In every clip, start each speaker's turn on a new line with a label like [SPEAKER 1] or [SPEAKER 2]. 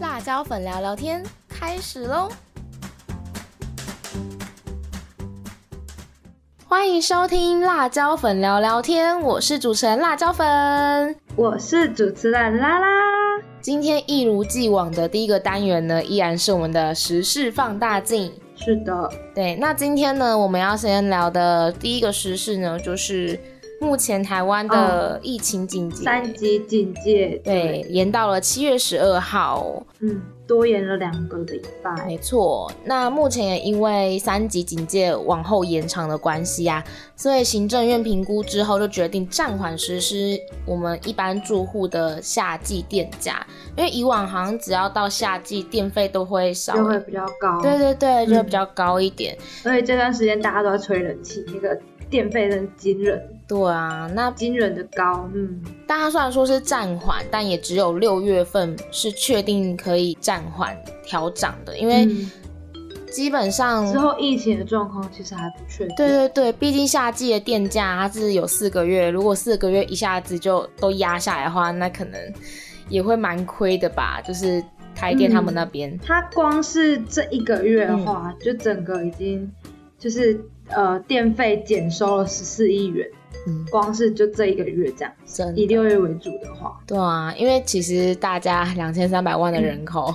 [SPEAKER 1] 辣椒粉聊聊天开始喽！欢迎收听辣椒粉聊聊天，我是主持人辣椒粉。
[SPEAKER 2] 我是主持人拉拉。
[SPEAKER 1] 今天一如既往的第一个单元呢，依然是我们的时事放大镜。
[SPEAKER 2] 是的，
[SPEAKER 1] 对，那今天呢，我们要先聊的第一个时事呢，就是目前台湾的疫情警戒，
[SPEAKER 2] 三级警戒，
[SPEAKER 1] 对，，延到了七月十二号。
[SPEAKER 2] 嗯，多延了两个礼拜。
[SPEAKER 1] 没错，那目前也因为三级警戒往后延长的关系啊，所以行政院评估之后就决定暂缓实施我们一般住户的夏季电价，因为以往好像只要到夏季电费都会少，
[SPEAKER 2] 就会比较高，
[SPEAKER 1] 对对对，就会
[SPEAKER 2] 嗯
[SPEAKER 1] 比较高一点。
[SPEAKER 2] 所以这段时间大家都在吹冷气，那个电费真的惊人，
[SPEAKER 1] 对啊，那
[SPEAKER 2] 惊人的高，嗯，
[SPEAKER 1] 但它虽然说是暂缓，但也只有六月份是确定可以暂缓调涨的，因为
[SPEAKER 2] 嗯啊
[SPEAKER 1] 基本上、
[SPEAKER 2] 之后疫情的状况其实还不确定，
[SPEAKER 1] 对对对，毕竟夏季的电价它是有四个月，如果四个月一下子就都压下来的话，那可能也会蛮亏的吧。就是台电他们那边，
[SPEAKER 2] 它光是这一个月的话，
[SPEAKER 1] 嗯
[SPEAKER 2] 就整个已经就是呃电费减收了十四亿元，
[SPEAKER 1] 嗯，
[SPEAKER 2] 光是就这一个月这样，
[SPEAKER 1] 真
[SPEAKER 2] 以
[SPEAKER 1] 的
[SPEAKER 2] 六月为主的话，
[SPEAKER 1] 对啊，因为其实大家两千三百万的人口、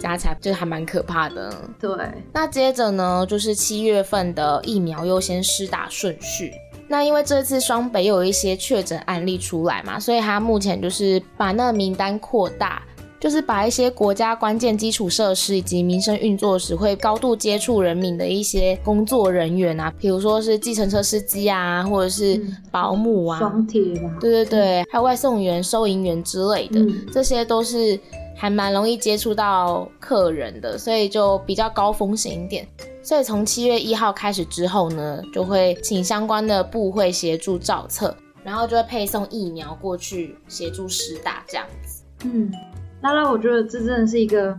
[SPEAKER 1] 加起来就还蛮可怕的。
[SPEAKER 2] 对，
[SPEAKER 1] 那接着呢，就是七月份的疫苗优先施打顺序。那因为这次双北有一些确诊案例出来嘛，所以他目前就是把那个名单扩大，就是把一些国家关键基础设施以及民生运作时会高度接触人民的一些工作人员啊，比如说是计程车司机啊，或者是
[SPEAKER 2] 嗯
[SPEAKER 1] 保姆啊，
[SPEAKER 2] 双铁吧，
[SPEAKER 1] 对对对，还有外送员、收银员之类的，
[SPEAKER 2] 嗯
[SPEAKER 1] 这些都是还蛮容易接触到客人的，所以就比较高风险一点。所以从七月一号开始之后呢，就会请相关的部会协助照册，然后就会配送疫苗过去协助施打这样子
[SPEAKER 2] 嗯，拉拉，我觉得这真的是一个，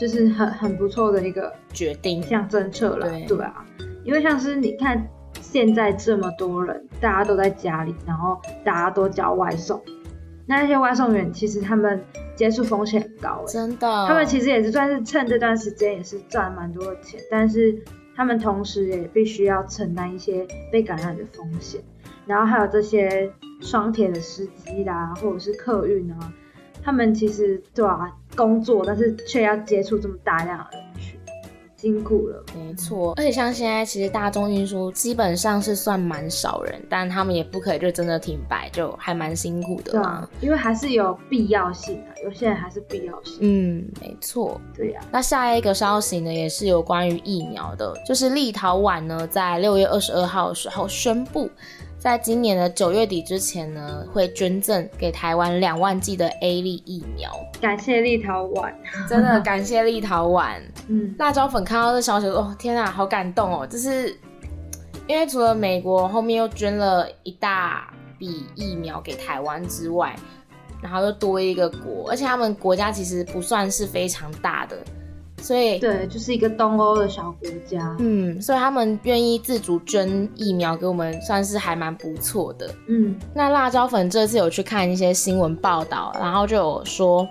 [SPEAKER 2] 就是很很不错的一个
[SPEAKER 1] 决定。
[SPEAKER 2] 像政策了，
[SPEAKER 1] 对
[SPEAKER 2] 对啊，因为像是你看现在这么多人，大家都在家里，然后大家都叫外送，那那些外送员其实他们接触风险很高、欸，
[SPEAKER 1] 真的，
[SPEAKER 2] 他们其实也是算是趁这段时间也是赚蛮多的钱，但是他们同时也必须要承担一些被感染的风险，然后还有这些双铁的司机啦，或者是客运啊，他们其实对啊工作，但是却要接触这么大量的人群，辛苦了。
[SPEAKER 1] 没错，而且像现在其实大众运输基本上是算蛮少人，但他们也不可以就真的停摆，就还蛮辛苦的
[SPEAKER 2] 对
[SPEAKER 1] 啦
[SPEAKER 2] 啊。，因为还是有必要性啊，有些人还是必要性。
[SPEAKER 1] 嗯，没错。
[SPEAKER 2] 对啊呀、
[SPEAKER 1] 那下一个消息呢，也是有关于疫苗的，就是立陶宛呢在六月二十二号的时候宣布，在今年的九月底之前呢，会捐赠给台湾两万剂的 A 粒疫苗。
[SPEAKER 2] 感谢立陶宛。
[SPEAKER 1] 真的感谢立陶宛
[SPEAKER 2] 嗯，
[SPEAKER 1] 辣椒粉看到这消息，哦天啊，好感动哦！就是因为除了美国后面又捐了一大笔疫苗给台湾之外，然后又多一个国，而且他们国家其实不算是非常大的，所以
[SPEAKER 2] 对，就是一个东欧的小国家。
[SPEAKER 1] 嗯，所以他们愿意自主捐疫苗给我们，算是还蛮不错的。
[SPEAKER 2] 嗯，
[SPEAKER 1] 那辣椒粉这次有去看一些新闻报道，然后就有说，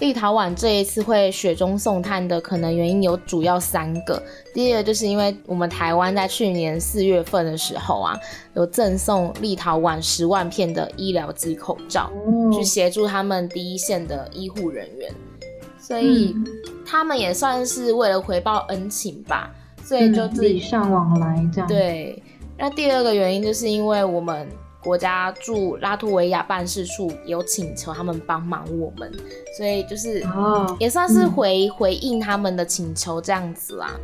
[SPEAKER 1] 立陶宛这一次会雪中送炭的可能原因有主要三个。第一个就是因为我们台湾在去年四月份的时候啊，有赠送立陶宛十万片的医疗级口罩，
[SPEAKER 2] 哦
[SPEAKER 1] 去协助他们第一线的医护人员，所以
[SPEAKER 2] 嗯，
[SPEAKER 1] 他们也算是为了回报恩情吧，所以就
[SPEAKER 2] 嗯
[SPEAKER 1] 自己
[SPEAKER 2] 礼尚往来这样。，
[SPEAKER 1] 对，那第二个原因就是因为我们国家驻拉脱维亚办事处有请求他们帮忙我们，所以就是
[SPEAKER 2] 哦，
[SPEAKER 1] 也算是回、回应他们的请求这样子啦。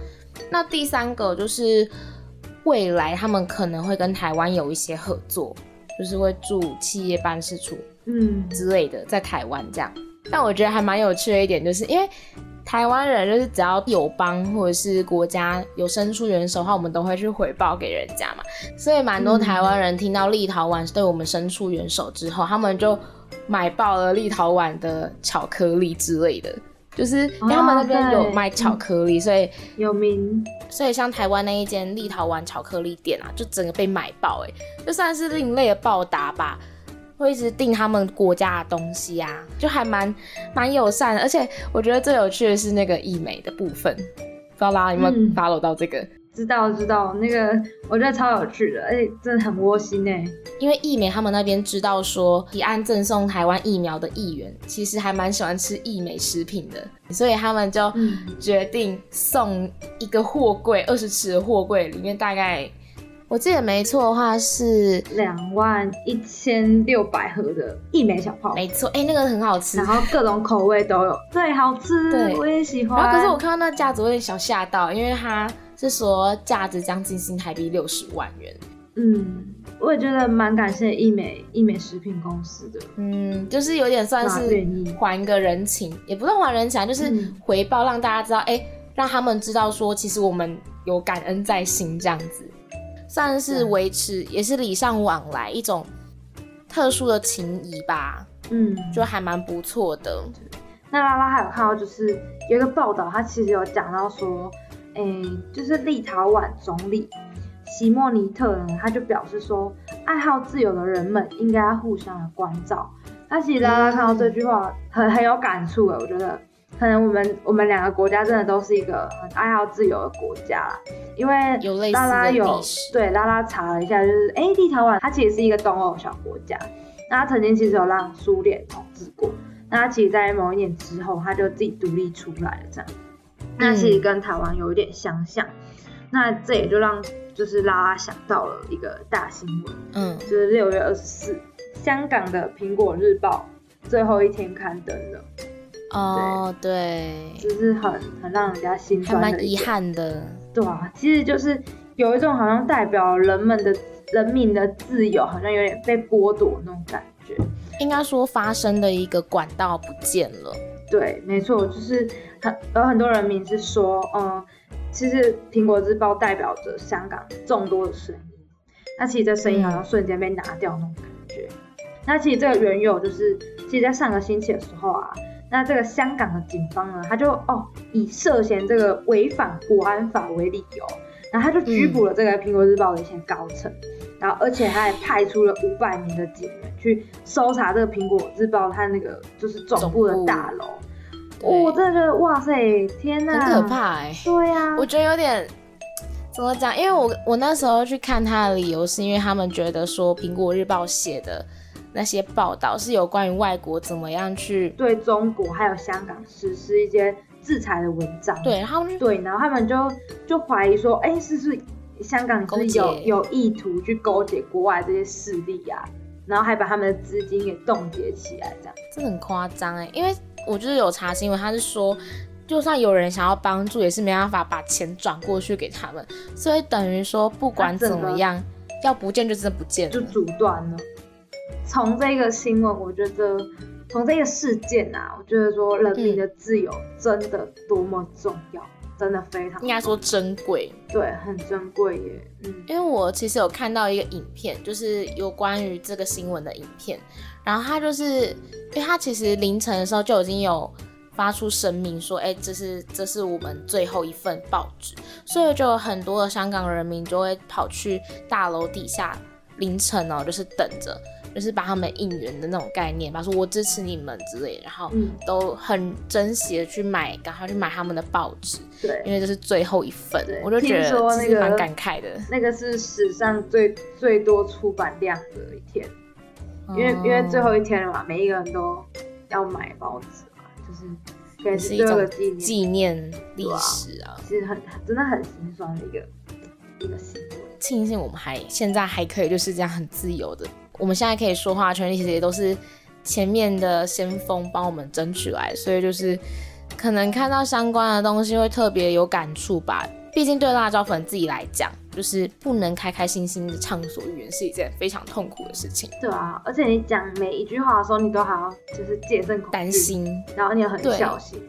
[SPEAKER 1] 那第三个就是未来他们可能会跟台湾有一些合作，就是会驻企业办事处
[SPEAKER 2] 嗯，
[SPEAKER 1] 之类的，在台湾这样。但我觉得还蛮有趣的一点，就是因为台湾人就是只要友邦或者是国家有伸出援手的话，我们都会去回报给人家嘛。所以蛮多
[SPEAKER 2] 嗯
[SPEAKER 1] 台湾人听到立陶宛对我们伸出援手之后，他们就买爆了立陶宛的巧克力之类的，就是因为他们那边
[SPEAKER 2] 哦
[SPEAKER 1] 有
[SPEAKER 2] 对
[SPEAKER 1] 卖巧克力，所以
[SPEAKER 2] 有名，
[SPEAKER 1] 所以像台湾那一间立陶宛巧克力店啊，就整个被买爆、欸，就算是另类的报答吧。会一直订他们国家的东西啊，就还蛮蛮友善的。而且我觉得最有趣的是那个医美的部分，不知道大家有没有
[SPEAKER 2] 嗯
[SPEAKER 1] follow 到这个？
[SPEAKER 2] 知道知道，那个我觉得超有趣的，而且真的很窝心哎、
[SPEAKER 1] 因为疫美他们那边知道说，提案赠送台湾疫苗的议员其实还蛮喜欢吃疫美食品的，所以他们就
[SPEAKER 2] 嗯
[SPEAKER 1] 决定送一个货柜二十尺的货柜，里面大概我记得没错的话是
[SPEAKER 2] 两万一千六百盒的益美小泡芙，
[SPEAKER 1] 没错，哎、那个很好吃
[SPEAKER 2] 然。后各种口味都有，对，好吃，
[SPEAKER 1] 对
[SPEAKER 2] 我也喜欢。
[SPEAKER 1] 然后可是我看到那个价值我有点小吓到，因为它是说价值将近新台币六十万元。
[SPEAKER 2] 嗯，我也觉得蛮感谢益美益美食品公司的，
[SPEAKER 1] 嗯，就是有点算
[SPEAKER 2] 那
[SPEAKER 1] 是
[SPEAKER 2] 愿意
[SPEAKER 1] 还个人情，也不算还人情啊，就是
[SPEAKER 2] 嗯
[SPEAKER 1] 回报让大家知道，哎、让他们知道说，其实我们有感恩在心这样子，算是
[SPEAKER 2] 对
[SPEAKER 1] 维持也是礼尚往来一种特殊的情谊吧，
[SPEAKER 2] 嗯，
[SPEAKER 1] 就还蛮不错的。
[SPEAKER 2] 那拉拉还有看到，就是有一个报道，他其实有讲到说，诶、就是立陶宛总理席莫尼特呢，他就表示说，爱好自由的人们应该要互相的关照。那其实拉
[SPEAKER 1] 嗯
[SPEAKER 2] 拉看到这句话很很有感触诶，我觉得可能我们我们两个国家真的都是一个很爱好自由的国家啦，因为
[SPEAKER 1] 有类似
[SPEAKER 2] 拉拉
[SPEAKER 1] 的
[SPEAKER 2] 有
[SPEAKER 1] 历史
[SPEAKER 2] 对拉拉查了一下，就是诶，立陶宛它其实是一个东欧小国家，那它曾经其实有让苏联统治过，那他其实，在某一年之后，他就自己独立出来了，这样。
[SPEAKER 1] 嗯
[SPEAKER 2] 那其实跟台湾有一点相像，那这也就让就是拉拉想到了一个大新闻，
[SPEAKER 1] 嗯，
[SPEAKER 2] 就是六月二十四，香港的《苹果日报》最后一天刊登了，
[SPEAKER 1] 哦，对，
[SPEAKER 2] 就是很很让人家心
[SPEAKER 1] 还
[SPEAKER 2] 酸的
[SPEAKER 1] 蛮
[SPEAKER 2] 一
[SPEAKER 1] 遗
[SPEAKER 2] 件
[SPEAKER 1] 憾的。
[SPEAKER 2] 对啊，其实就是有一种好像代表人们的人民的自由，好像有点被剥夺那种感觉。
[SPEAKER 1] 应该说发生的一个管道不见了，
[SPEAKER 2] 对，没错，就是很有很多人民是说，嗯，其实《苹果日报》代表着香港众多的声音，那其实这声
[SPEAKER 1] 嗯
[SPEAKER 2] 音好像瞬间被拿掉那种感觉。那其实这个缘由就是，其实在上个星期的时候啊，那这个香港的警方呢，他就哦以涉嫌这个违反国安法为理由，然后他就
[SPEAKER 1] 嗯
[SPEAKER 2] 拘捕了这个《苹果日报》的一些高层。然后，而且他还派出了五百名的警员去搜查这个《苹果日报》它那个就是总部的
[SPEAKER 1] 总部
[SPEAKER 2] 大楼，
[SPEAKER 1] 对
[SPEAKER 2] 哦我真的觉得哇塞，天
[SPEAKER 1] 很
[SPEAKER 2] 呐，
[SPEAKER 1] 可！怕哎、
[SPEAKER 2] 对啊呀、
[SPEAKER 1] 我觉得有点怎么讲？因为我我那时候去看他的理由，是因为他们觉得说《苹果日报》写的那些报道是有关于外国怎么样去
[SPEAKER 2] 对中国还有香港实施一些制裁的文章，
[SPEAKER 1] 对，然后就
[SPEAKER 2] 对，然后他们就就怀疑说，哎，是不是香港
[SPEAKER 1] 勾
[SPEAKER 2] 是
[SPEAKER 1] 结
[SPEAKER 2] 有有意图去勾结国外这些势力呀、然后还把他们的资金给冻结起来，这样。
[SPEAKER 1] 真的很夸张哎，因为我就是有查新闻，他是说。就算有人想要帮助，也是没办法把钱转过去给他们，所以等于说不管
[SPEAKER 2] 他整
[SPEAKER 1] 怎么
[SPEAKER 2] 个
[SPEAKER 1] 样，要不见就真的不见
[SPEAKER 2] 就
[SPEAKER 1] 了。
[SPEAKER 2] 阻断了。从这个新闻，我觉得从这个事件啊，我觉得说人
[SPEAKER 1] 嗯
[SPEAKER 2] 民的自由真的多么重要，真的非常
[SPEAKER 1] 应该说珍贵，
[SPEAKER 2] 对，很珍贵耶。嗯
[SPEAKER 1] 因为我其实有看到一个影片，就是有关于这个新闻的影片，然后他就是，因为他其实凌晨的时候就已经有发出声明说，哎、这是这是我们最后一份报纸，所以就有很多的香港人民就会跑去大楼底下凌晨哦，就是等着，就是把他们应援的那种概念吧，说我支持你们之类，然后
[SPEAKER 2] 嗯，
[SPEAKER 1] 都很珍惜的去买，赶快去买他们的报纸，因
[SPEAKER 2] 对，
[SPEAKER 1] 为这是最后一份
[SPEAKER 2] 对，
[SPEAKER 1] 我就觉
[SPEAKER 2] 听说
[SPEAKER 1] 得
[SPEAKER 2] 那
[SPEAKER 1] 其实蛮
[SPEAKER 2] 个
[SPEAKER 1] 感慨的。
[SPEAKER 2] 那个是史上最最多出版量的一天，
[SPEAKER 1] 哦
[SPEAKER 2] 因为、因为最后一天了嘛，每一个人都要买报纸嘛，就是可
[SPEAKER 1] 也
[SPEAKER 2] 以
[SPEAKER 1] 是
[SPEAKER 2] 是
[SPEAKER 1] 一
[SPEAKER 2] 最后
[SPEAKER 1] 种
[SPEAKER 2] 的纪念，
[SPEAKER 1] 纪念历史啊，
[SPEAKER 2] 其实很真的很心酸的一个一个新闻。
[SPEAKER 1] 庆幸我们还现在还可以就是这样很自由的，我们现在可以说话的权利其实也都是前面的先锋帮我们争取来，所以就是可能看到相关的东西会特别有感触吧。毕竟对辣椒粉自己来讲，就是不能开开心心的畅所欲言是一件非常痛苦的事情，
[SPEAKER 2] 对啊，而且你讲每一句话的时候，你都还要就是戒慎恐惧，
[SPEAKER 1] 担，心。
[SPEAKER 2] 然后你也很
[SPEAKER 1] 对
[SPEAKER 2] 小心，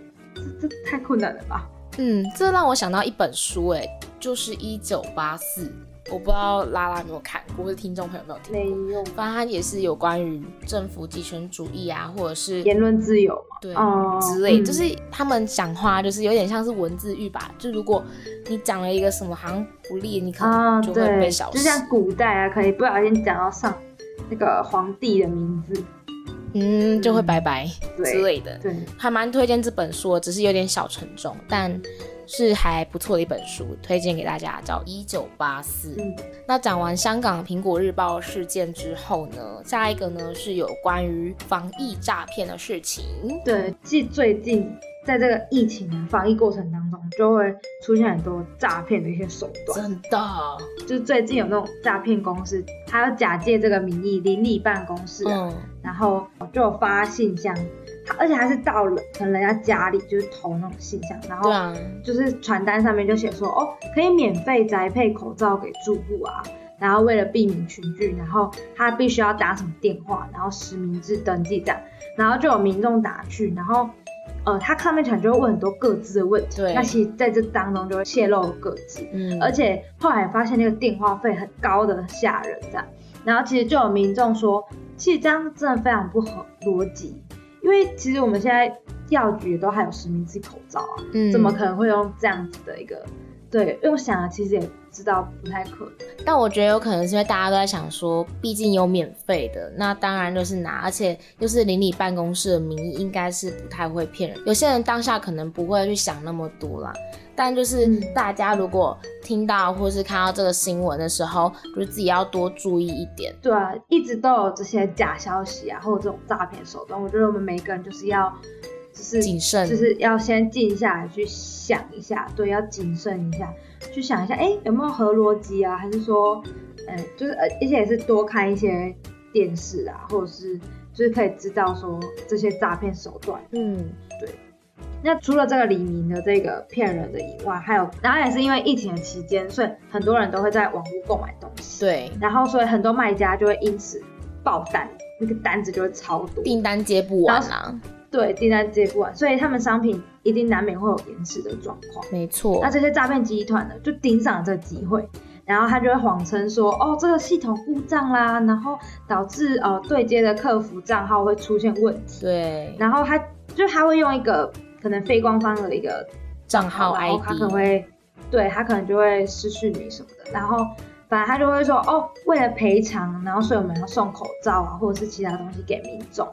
[SPEAKER 2] 这这太困难了吧？
[SPEAKER 1] 嗯，这让我想到一本书、哎，就是《一九八四》，我不知道拉拉有没有看过，或者听众朋友有没有听过
[SPEAKER 2] 没。用，
[SPEAKER 1] 反正它也是有关于政府集权主义啊，或者是
[SPEAKER 2] 言论自由嘛，
[SPEAKER 1] 对、
[SPEAKER 2] 哦
[SPEAKER 1] 之类，
[SPEAKER 2] 嗯
[SPEAKER 1] 就是他们讲话就是有点像是文字狱吧。就如果你讲了一个什么好像不利，你可
[SPEAKER 2] 啊，
[SPEAKER 1] 能就会
[SPEAKER 2] 对，
[SPEAKER 1] 被消
[SPEAKER 2] 就
[SPEAKER 1] 失。
[SPEAKER 2] 像古代啊，可能不小心讲到上那个皇帝的名字。
[SPEAKER 1] 嗯，就会拜拜
[SPEAKER 2] 对
[SPEAKER 1] 之类的，
[SPEAKER 2] 对，
[SPEAKER 1] 还蛮推荐这本书的，只是有点小沉重，但是还不错的一本书，推荐给大家，叫《一九八四》。
[SPEAKER 2] 嗯
[SPEAKER 1] 那讲完香港《苹果日报》事件之后呢，下一个呢是有关于防疫诈骗的事情。
[SPEAKER 2] 对，即最近在这个疫情的防疫过程当中，就会出现很多诈骗的一些手段。
[SPEAKER 1] 真的，
[SPEAKER 2] 就是最近有那种诈骗公司，他要假借这个名义邻里办公室啊、
[SPEAKER 1] 嗯，
[SPEAKER 2] 然后就有发信箱，他而且还是到了可能人家家里，就是投那种信箱，然后
[SPEAKER 1] 对啊，
[SPEAKER 2] 就是传单上面就写说，哦，可以免费宅配口罩给住户啊。然后为了避免群聚，然后他必须要打什么电话，然后实名制登记这样，然后就有民众打去，然后呃，他上面可能就会问很多各自的问题，
[SPEAKER 1] 对
[SPEAKER 2] 那其实在这当中就会泄露各自，
[SPEAKER 1] 嗯，
[SPEAKER 2] 而且后来发现那个电话费很高的吓人这样，然后其实就有民众说，其实这样真的非常不合逻辑，因为其实我们现在药局也都还有实名制口罩啊，
[SPEAKER 1] 嗯
[SPEAKER 2] 怎么可能会用这样子的一个？对，因为我想了，其实也知道不太可能。
[SPEAKER 1] 但我觉得有可能是因为大家都在想说，毕竟有免费的，那当然就是拿，而且又是邻里办公室的名义，应该是不太会骗人。有些人当下可能不会去想那么多啦，但就是
[SPEAKER 2] 嗯
[SPEAKER 1] 大家如果听到或是看到这个新闻的时候，就是自己要多注意一点。
[SPEAKER 2] 对啊，一直都有这些假消息啊，或者这种诈骗手段，我觉得我们每一个人就是要，就是
[SPEAKER 1] 谨慎
[SPEAKER 2] 就是要先静下来去想一下，对，要谨慎一下，去想一下，哎，有没有合逻辑啊？还是说，呃，就是呃，而且也是多看一些电视啊，或者是就是可以知道说这些诈骗手段。
[SPEAKER 1] 嗯，
[SPEAKER 2] 那除了这个李明的这个骗人的以外，还有，然后也是因为疫情的期间，所以很多人都会在网络购买东西，
[SPEAKER 1] 对，
[SPEAKER 2] 然后所以很多卖家就会因此爆单，那个单子就会超多，
[SPEAKER 1] 订单接不完啊，
[SPEAKER 2] 对订单接不完，所以他们商品一定难免会有延迟的状况。
[SPEAKER 1] 没错
[SPEAKER 2] 那。这些诈骗集团呢，就盯上了这个机会，然后他就会谎称说，哦，这个系统故障啦，然后导致呃对接的客服账号会出现问题，
[SPEAKER 1] 对，
[SPEAKER 2] 然后他就他会用一个可能非官方的一个
[SPEAKER 1] 账号
[SPEAKER 2] 然后
[SPEAKER 1] ID，
[SPEAKER 2] 他可能会，对他可能就会失去你什么的，然后反正他就会说，哦，为了赔偿，然后所以我们要送口罩啊，或者是其他东西给民众，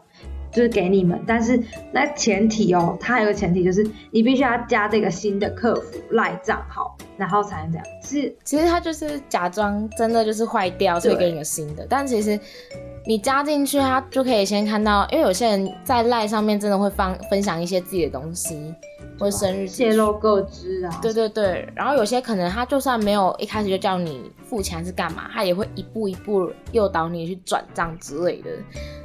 [SPEAKER 2] 就是给你们，但是那前提哦，它有个前提就是你必须要加这个新的客服赖账号，然后才能这样，是
[SPEAKER 1] 其实它就是假装真的就是坏掉，所以
[SPEAKER 2] 对
[SPEAKER 1] 给你个新的。但其实你加进去，它就可以先看到，因为有些人在赖上面真的会放分享一些自己的东西，或者生日资
[SPEAKER 2] 泄
[SPEAKER 1] 讯。
[SPEAKER 2] 露各知啊，
[SPEAKER 1] 对对对，然后有些可能他就算没有一开始就叫你付钱还是干嘛，他也会一步一步诱导你去转账之类的。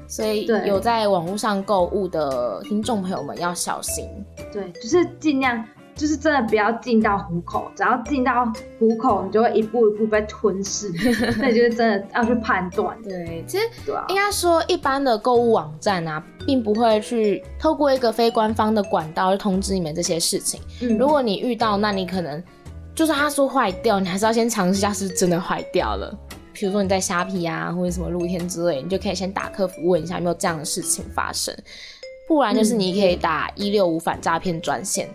[SPEAKER 1] 所以
[SPEAKER 2] 对
[SPEAKER 1] 有在网络上购物的听众朋友们要小心。
[SPEAKER 2] 对，就是尽量，就是真的不要进到虎口，只要进到虎口，你就会一步一步被 吞噬，所以就是真的要去判断，
[SPEAKER 1] 对，其实
[SPEAKER 2] 对啊
[SPEAKER 1] 应。该说，一般的购物网站啊，并不会去透过一个非官方的管道去通知你们这些事情。
[SPEAKER 2] 嗯
[SPEAKER 1] 如果你遇到，那你可能就算他说坏掉，你还是要先尝试一下是不是真的坏掉了。比如说你在虾皮啊，或者什么露天之类，你就可以先打客服问一下有没有这样的事情发生。不然就是你可以打一六五反诈骗专线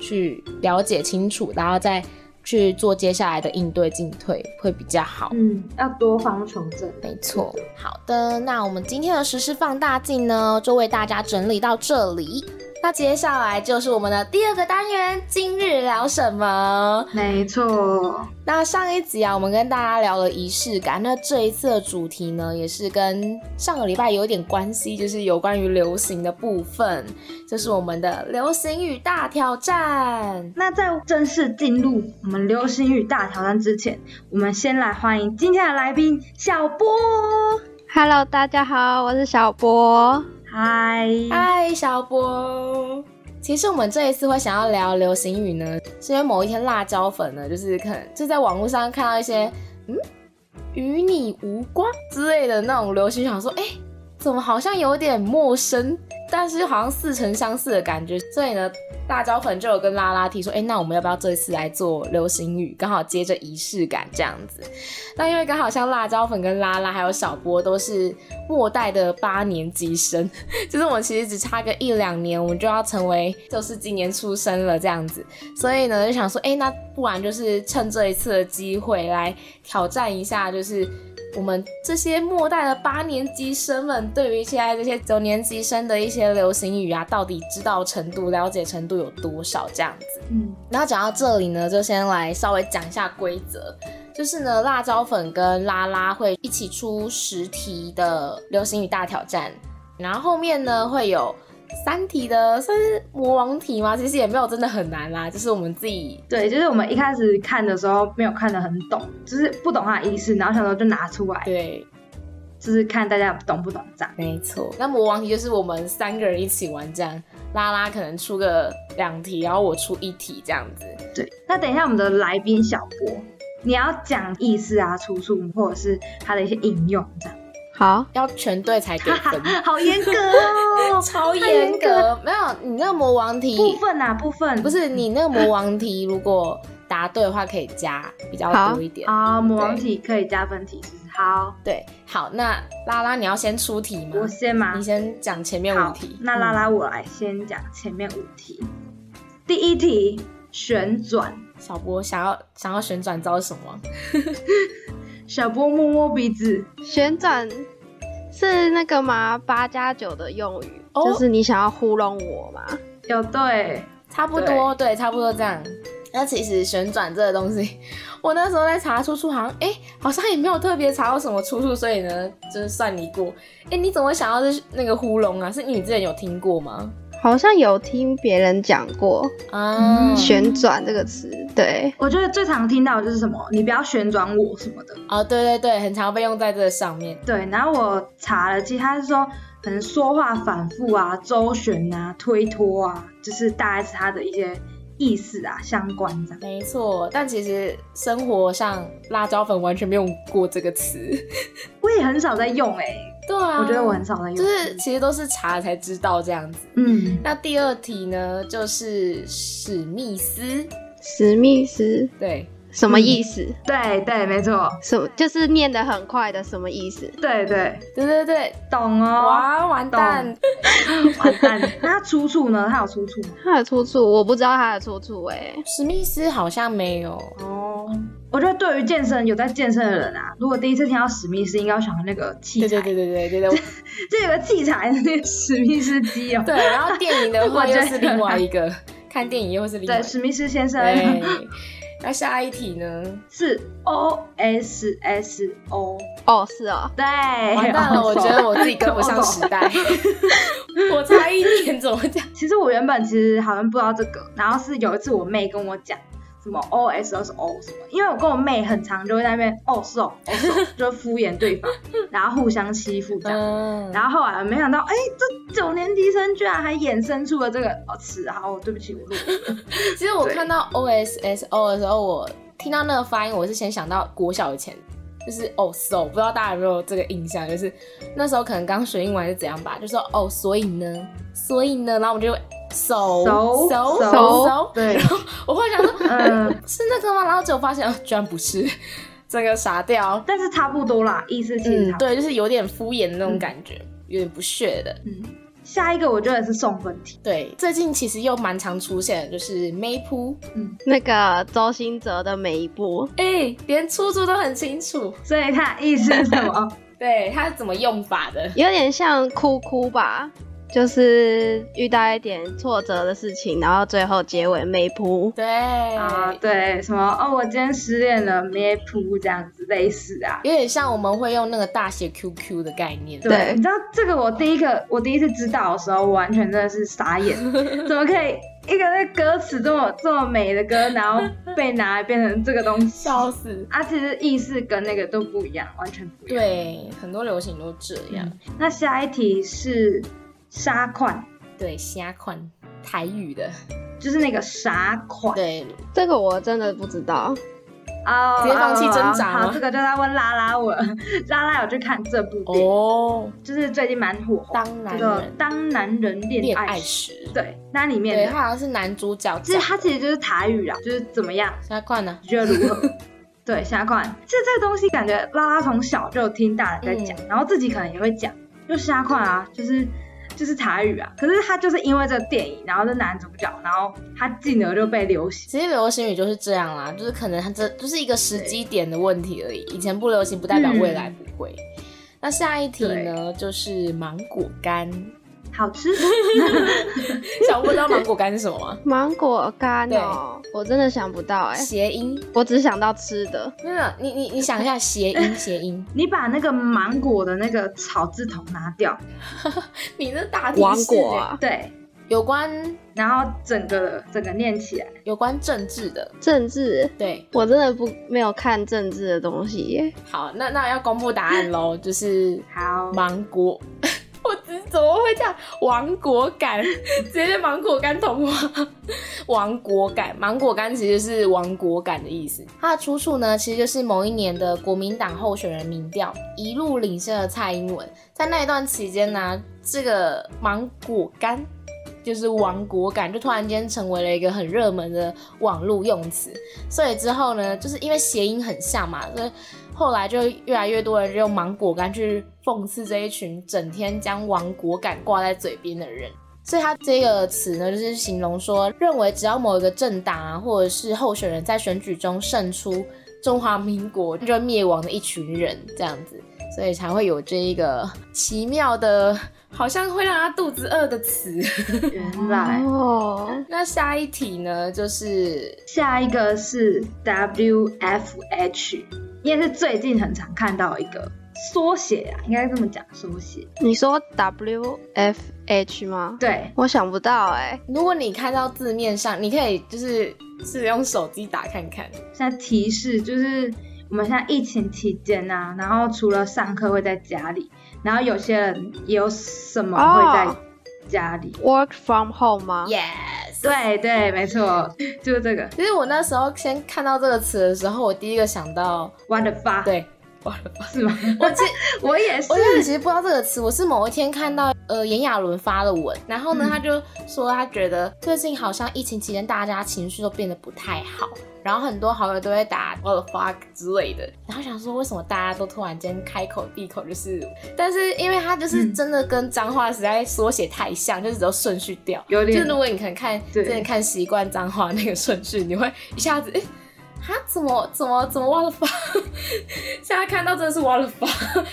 [SPEAKER 1] 去了解清楚，然后再去做接下来的应对进退会比较好。
[SPEAKER 2] 嗯，要多方求证。
[SPEAKER 1] 没错，好的，那我们今天的实施放大镜呢，就为大家整理到这里。那接下来就是我们的第二个单元，今日聊什么？
[SPEAKER 2] 没错，
[SPEAKER 1] 那上一集啊，我们跟大家聊了仪式感，那这一次的主题呢，也是跟上个礼拜有一点关系，就是有关于流行的部分，就是我们的流行语大挑战。
[SPEAKER 2] 那在正式进入我们流星雨大挑战之前，我们先来欢迎今天的来宾小波。
[SPEAKER 3] Hello，大家好，我是小波。
[SPEAKER 2] 嗨，
[SPEAKER 1] 嗨，小波。其实我们这一次会想要聊流行语呢，是因为某一天辣椒粉呢，就是可能就在网络上看到一些嗯与你无关之类的那种流行语，想说哎、诶怎么好像有点陌生，但是好像似曾相识的感觉，所以呢。辣椒粉就有跟拉拉提说，哎、那我们要不要这一次来做流行语，刚好接着仪式感这样子？那因为刚好像辣椒粉跟拉拉还有小波都是末代的八年级生，就是我们其实只差个一两年，我们就要成为就是今年出生了这样子，所以呢就想说，哎、那不然就是趁这一次的机会来挑战一下，就是我们这些末代的八年级生们，对于现在这些九年级生的一些流行语啊，到底知道程度、了解程度有多少这样子。
[SPEAKER 2] 嗯，
[SPEAKER 1] 然后讲到这里呢，就先来稍微讲一下规则。就是呢，辣椒粉跟拉拉会一起出十题的流行语大挑战，然后后面呢会有三题的算是魔王题吗？其实也没有真的很难啦，就是我们自己
[SPEAKER 2] 对，就是我们一开始看的时候没有看得很懂，就是不懂它的意思，然后想说就拿出来，
[SPEAKER 1] 对，
[SPEAKER 2] 就是看大家懂不懂这样。
[SPEAKER 1] 没错。那魔王题就是我们三个人一起玩这样，拉拉可能出个两题，然后我出一题这样子。
[SPEAKER 2] 对，那等一下我们的来宾小波，你要讲意思啊、出处或者是它的一些应用这样。
[SPEAKER 3] 好，
[SPEAKER 1] 要全对才给 分，，
[SPEAKER 2] 好严格哦
[SPEAKER 1] 超
[SPEAKER 2] 太
[SPEAKER 1] 严格。没有， 你那个魔王题
[SPEAKER 2] 部分啊，部分
[SPEAKER 1] 不是你那个魔王题，如果答对的话可以加比较多一点。
[SPEAKER 2] 啊，魔王题可以加分题，是不是好，
[SPEAKER 1] 对，好，那拉拉你要先出题吗
[SPEAKER 2] 我？先嘛
[SPEAKER 1] 嗯你。先讲前面五
[SPEAKER 2] 好
[SPEAKER 1] 题。，嗯
[SPEAKER 2] 那拉拉我来先讲前面五题。第一题，旋转。
[SPEAKER 1] 嗯小波想要想要旋转招什么？
[SPEAKER 2] 小波摸摸鼻子，
[SPEAKER 3] 旋转是那个吗？八加九的用语，
[SPEAKER 1] 哦
[SPEAKER 3] 就是你想要糊弄我嘛？
[SPEAKER 2] 有对，
[SPEAKER 1] 差不多，对，差不多这样。那其实旋转这个东西，我那时候在查出处，好像哎、好像也没有特别查到什么出处，所以呢，就是算你过。哎、你怎么会想要是那个呼隆啊？是你之前有听过吗？
[SPEAKER 3] 好像有听别人讲过
[SPEAKER 1] 啊，
[SPEAKER 2] 嗯
[SPEAKER 3] 旋转这个词，对，
[SPEAKER 2] 我觉得最常听到的就是什么，你不要旋转我什么的。
[SPEAKER 1] 哦，对对对，很常被用在这上面。
[SPEAKER 2] 对，然后我查了，其实他是说可能说话反复啊、周旋啊、推脱啊，就是大概是他的一些意思啊相关这样。
[SPEAKER 1] 没错，但其实生活上辣椒粉完全没有用过这个 词。
[SPEAKER 2] 我也很少在用哎、
[SPEAKER 1] 对啊，
[SPEAKER 2] 我觉得我很少在用。
[SPEAKER 1] 就是其实都是查了才知道这样子。
[SPEAKER 2] 嗯，
[SPEAKER 1] 那第二题呢，就是史密斯，
[SPEAKER 3] 史密斯
[SPEAKER 1] 对，
[SPEAKER 3] 什么意思？
[SPEAKER 2] 对对，没错，
[SPEAKER 3] 什么就是念得很快的什么意思？
[SPEAKER 2] 对对，
[SPEAKER 1] 对对对，
[SPEAKER 2] 懂哦。
[SPEAKER 1] 哇，完蛋，
[SPEAKER 2] 完蛋， 那他出处呢？他有出处吗？
[SPEAKER 3] 它的出处我不知道它的出处、欸，
[SPEAKER 1] 史密斯好像没有，
[SPEAKER 2] 哦，我觉得对于健身有在健身的人啊，如果第一次听到史密斯，应该要想到那个器
[SPEAKER 1] 对
[SPEAKER 2] 材，
[SPEAKER 1] 对对对对对对
[SPEAKER 2] 这有个器材那个史密斯机哦。
[SPEAKER 1] 对，然后电影的话
[SPEAKER 2] 我觉
[SPEAKER 1] 又
[SPEAKER 2] 得
[SPEAKER 1] 是另外一个，看电影又是另外一个，
[SPEAKER 2] 对，史密斯先生
[SPEAKER 1] 对。那下一题呢？
[SPEAKER 2] 是 O S S O，
[SPEAKER 3] 哦，是哦，
[SPEAKER 2] 对，
[SPEAKER 1] 完蛋了，我觉得我自己跟不上时 代，我才一年怎么讲？
[SPEAKER 2] 其实我原本其实好像不知道这个，然后是有一次我妹跟我讲什么 O S O 是 O 什么，因为我跟我妹很常就会在那边哦是哦哦是哦，就敷衍对方，然后互相欺负这样。
[SPEAKER 1] 嗯，
[SPEAKER 2] 然后后来没想到，哎、这九年级生居然还衍生出了这个哦词，好，对不起，我录了。
[SPEAKER 1] 其实我
[SPEAKER 2] 对
[SPEAKER 1] 看到 O S S O 的时候，我听到那个发音，我是先想到国小以前，就是哦 so，不知道大家有没有这个印象，就是那时候可能刚学英文还是怎样吧，就说哦，所以呢，所以呢，然后我们就 so
[SPEAKER 2] So，
[SPEAKER 1] so
[SPEAKER 2] so，
[SPEAKER 1] so，
[SPEAKER 2] 对
[SPEAKER 1] 然后我会想说
[SPEAKER 2] 嗯，
[SPEAKER 1] 是那个吗？然后结果发现啊，居然不是，整个傻掉。
[SPEAKER 2] 但是差不多啦，意思其实
[SPEAKER 1] 嗯
[SPEAKER 2] 差，不多。
[SPEAKER 1] 对，就是有点敷衍的那种感觉，有点不屑的。
[SPEAKER 2] 嗯，下一个我觉得是送分题，
[SPEAKER 1] 对，最近其实又蛮常出现的，就是妹扑，
[SPEAKER 3] 那个周兴哲的每一步，
[SPEAKER 1] 哎、连出处都很清楚，
[SPEAKER 2] 所以它意思是什么？
[SPEAKER 1] 对它是怎么用法的。
[SPEAKER 3] 有点像哭哭吧，就是遇到一点挫折的事情，然后最后结尾没扑。
[SPEAKER 1] 对，
[SPEAKER 2] 啊，对，什么哦，我今天失恋了，咩噗这样子类似啊。
[SPEAKER 1] 有点像我们会用那个大写 QQ 的概念。
[SPEAKER 2] 对，
[SPEAKER 3] 对
[SPEAKER 2] 你知道这个我第一个我第一次知道的时候，我完全真的是傻 眼，怎么可以一个那歌词这么这么美的歌，然后被拿来变成这个东西？
[SPEAKER 1] 笑死。
[SPEAKER 2] 啊，其实意思跟那个都不一样，完全不一样。
[SPEAKER 1] 对，很多流行都这样。
[SPEAKER 2] 那下一题是沙款，
[SPEAKER 1] 对，虾款台语的，
[SPEAKER 2] 就是那个傻款，
[SPEAKER 1] 对，
[SPEAKER 3] 这个我真的不知道，
[SPEAKER 2] 哦，
[SPEAKER 1] 直接放弃挣扎
[SPEAKER 2] 哦好，
[SPEAKER 1] 吗
[SPEAKER 2] 这个就在问拉拉我， 拉拉有去看这部电影，
[SPEAKER 1] 哦，
[SPEAKER 2] 就是最近蛮火红
[SPEAKER 1] 当
[SPEAKER 2] 的，叫
[SPEAKER 1] 男
[SPEAKER 2] 做
[SPEAKER 1] 人
[SPEAKER 2] 《当男人恋
[SPEAKER 1] 恋
[SPEAKER 2] 爱
[SPEAKER 1] 爱
[SPEAKER 2] 时》。
[SPEAKER 1] 时，
[SPEAKER 2] 对，那里
[SPEAKER 1] 对，
[SPEAKER 2] 面
[SPEAKER 1] 它
[SPEAKER 2] 的，
[SPEAKER 1] 好像是男主角
[SPEAKER 2] 其实
[SPEAKER 1] 讲。
[SPEAKER 2] 它其实就是台语啦，就是怎么样，
[SPEAKER 1] 虾款啊呢？
[SPEAKER 2] 你觉得如何？对，下款，其实这个东西感觉拉拉从小就有听大人在讲，然后自己可能也会讲，就下款啊，就是就是台语啊。可是他就是因为这个电影，然后这男主角，然后他进而就被流行。
[SPEAKER 1] 其实流行语就是这样啦，就是可能它这就是一个时机点的问题而已。以前不流行，不代表未来不会。那下一题呢，就是芒果 干。
[SPEAKER 2] 好吃，
[SPEAKER 1] 小布知道芒果干是什么吗？
[SPEAKER 3] 芒果干哦、我真的想不到哎、
[SPEAKER 1] 谐音？
[SPEAKER 3] 我只想到吃的。
[SPEAKER 1] 没有，你你你想一下，谐音谐音，
[SPEAKER 2] 你把那个芒果的那个草字头拿掉，
[SPEAKER 1] 你那大提示
[SPEAKER 3] 芒果
[SPEAKER 1] 欸
[SPEAKER 3] 啊，
[SPEAKER 2] 对，
[SPEAKER 1] 有关
[SPEAKER 2] 然后整个整个念起来，
[SPEAKER 1] 有关政治的，
[SPEAKER 3] 政治，
[SPEAKER 1] 对，
[SPEAKER 3] 我真的不没有看政治的东西耶。
[SPEAKER 1] 好，那那要公布答案喽，就是
[SPEAKER 2] 好，
[SPEAKER 1] 芒果。 我只怎么会这样？芒果 干，直接被芒果干同化。芒果干，芒果干其实是亡国感的意思。它的出处呢，其实就是某一年的国民党候选人民调，一路领先了蔡英文。在那一段期间呢、这个芒果干就是亡国感，就突然间成为了一个很热门的网络用词。所以之后呢，就是因为谐音很像嘛，所以后来就越来越多人用芒果干去讽刺这一群整天将亡国感挂在嘴边的人。所以它这个词呢，就是形容说，认为只要某一个政党啊，或者是候选人在选举中胜出中华民国就会灭亡的一群人这样子，所以才会有这一个奇妙的，好像会让他肚子饿的词。
[SPEAKER 2] 原来
[SPEAKER 3] 哦，
[SPEAKER 1] 那下一题呢，就是
[SPEAKER 2] 下一个是 W F H，应该是最近很常看到一个缩写啊，应该这么讲缩写。
[SPEAKER 3] 你说 W F H 吗？
[SPEAKER 2] 对，
[SPEAKER 3] 我想不到哎、
[SPEAKER 1] 如果你看到字面上，你可以就是是用手机打看看。
[SPEAKER 2] 现在提示就是我们现在疫情期间啊，然后除了上课会在家里，然后有些人也有什么会在
[SPEAKER 3] 哦
[SPEAKER 2] 家里。
[SPEAKER 3] w o r k from home 吗
[SPEAKER 1] Yes，
[SPEAKER 2] 对对，没错，就是这个。
[SPEAKER 1] 其实我那时候先看到这个词的时候，我第一个想到，
[SPEAKER 2] What the fuck？
[SPEAKER 1] 对，我的妈！
[SPEAKER 2] 是吗？
[SPEAKER 1] 我记，
[SPEAKER 2] 我也是
[SPEAKER 1] 我一开始其实不知道这个词，我是某一天看到呃炎亚纶发了文，然后呢
[SPEAKER 2] 嗯
[SPEAKER 1] 他就说他觉得最近好像疫情期间大家情绪都变得不太好，然后很多好友都会打 what the fuck 之类的，然后想说为什么大家都突然间开口闭口就是，但是因为他就是
[SPEAKER 2] 嗯
[SPEAKER 1] 真的跟脏话实在缩写太像，就是只有顺序掉，
[SPEAKER 2] 有
[SPEAKER 1] 就
[SPEAKER 2] 点
[SPEAKER 1] 是如果你可能看
[SPEAKER 2] 对
[SPEAKER 1] 真的看习惯脏话那个顺序，你会一下子哎。诶他怎么怎么怎么挖了发？ 现在看到真的是挖了发，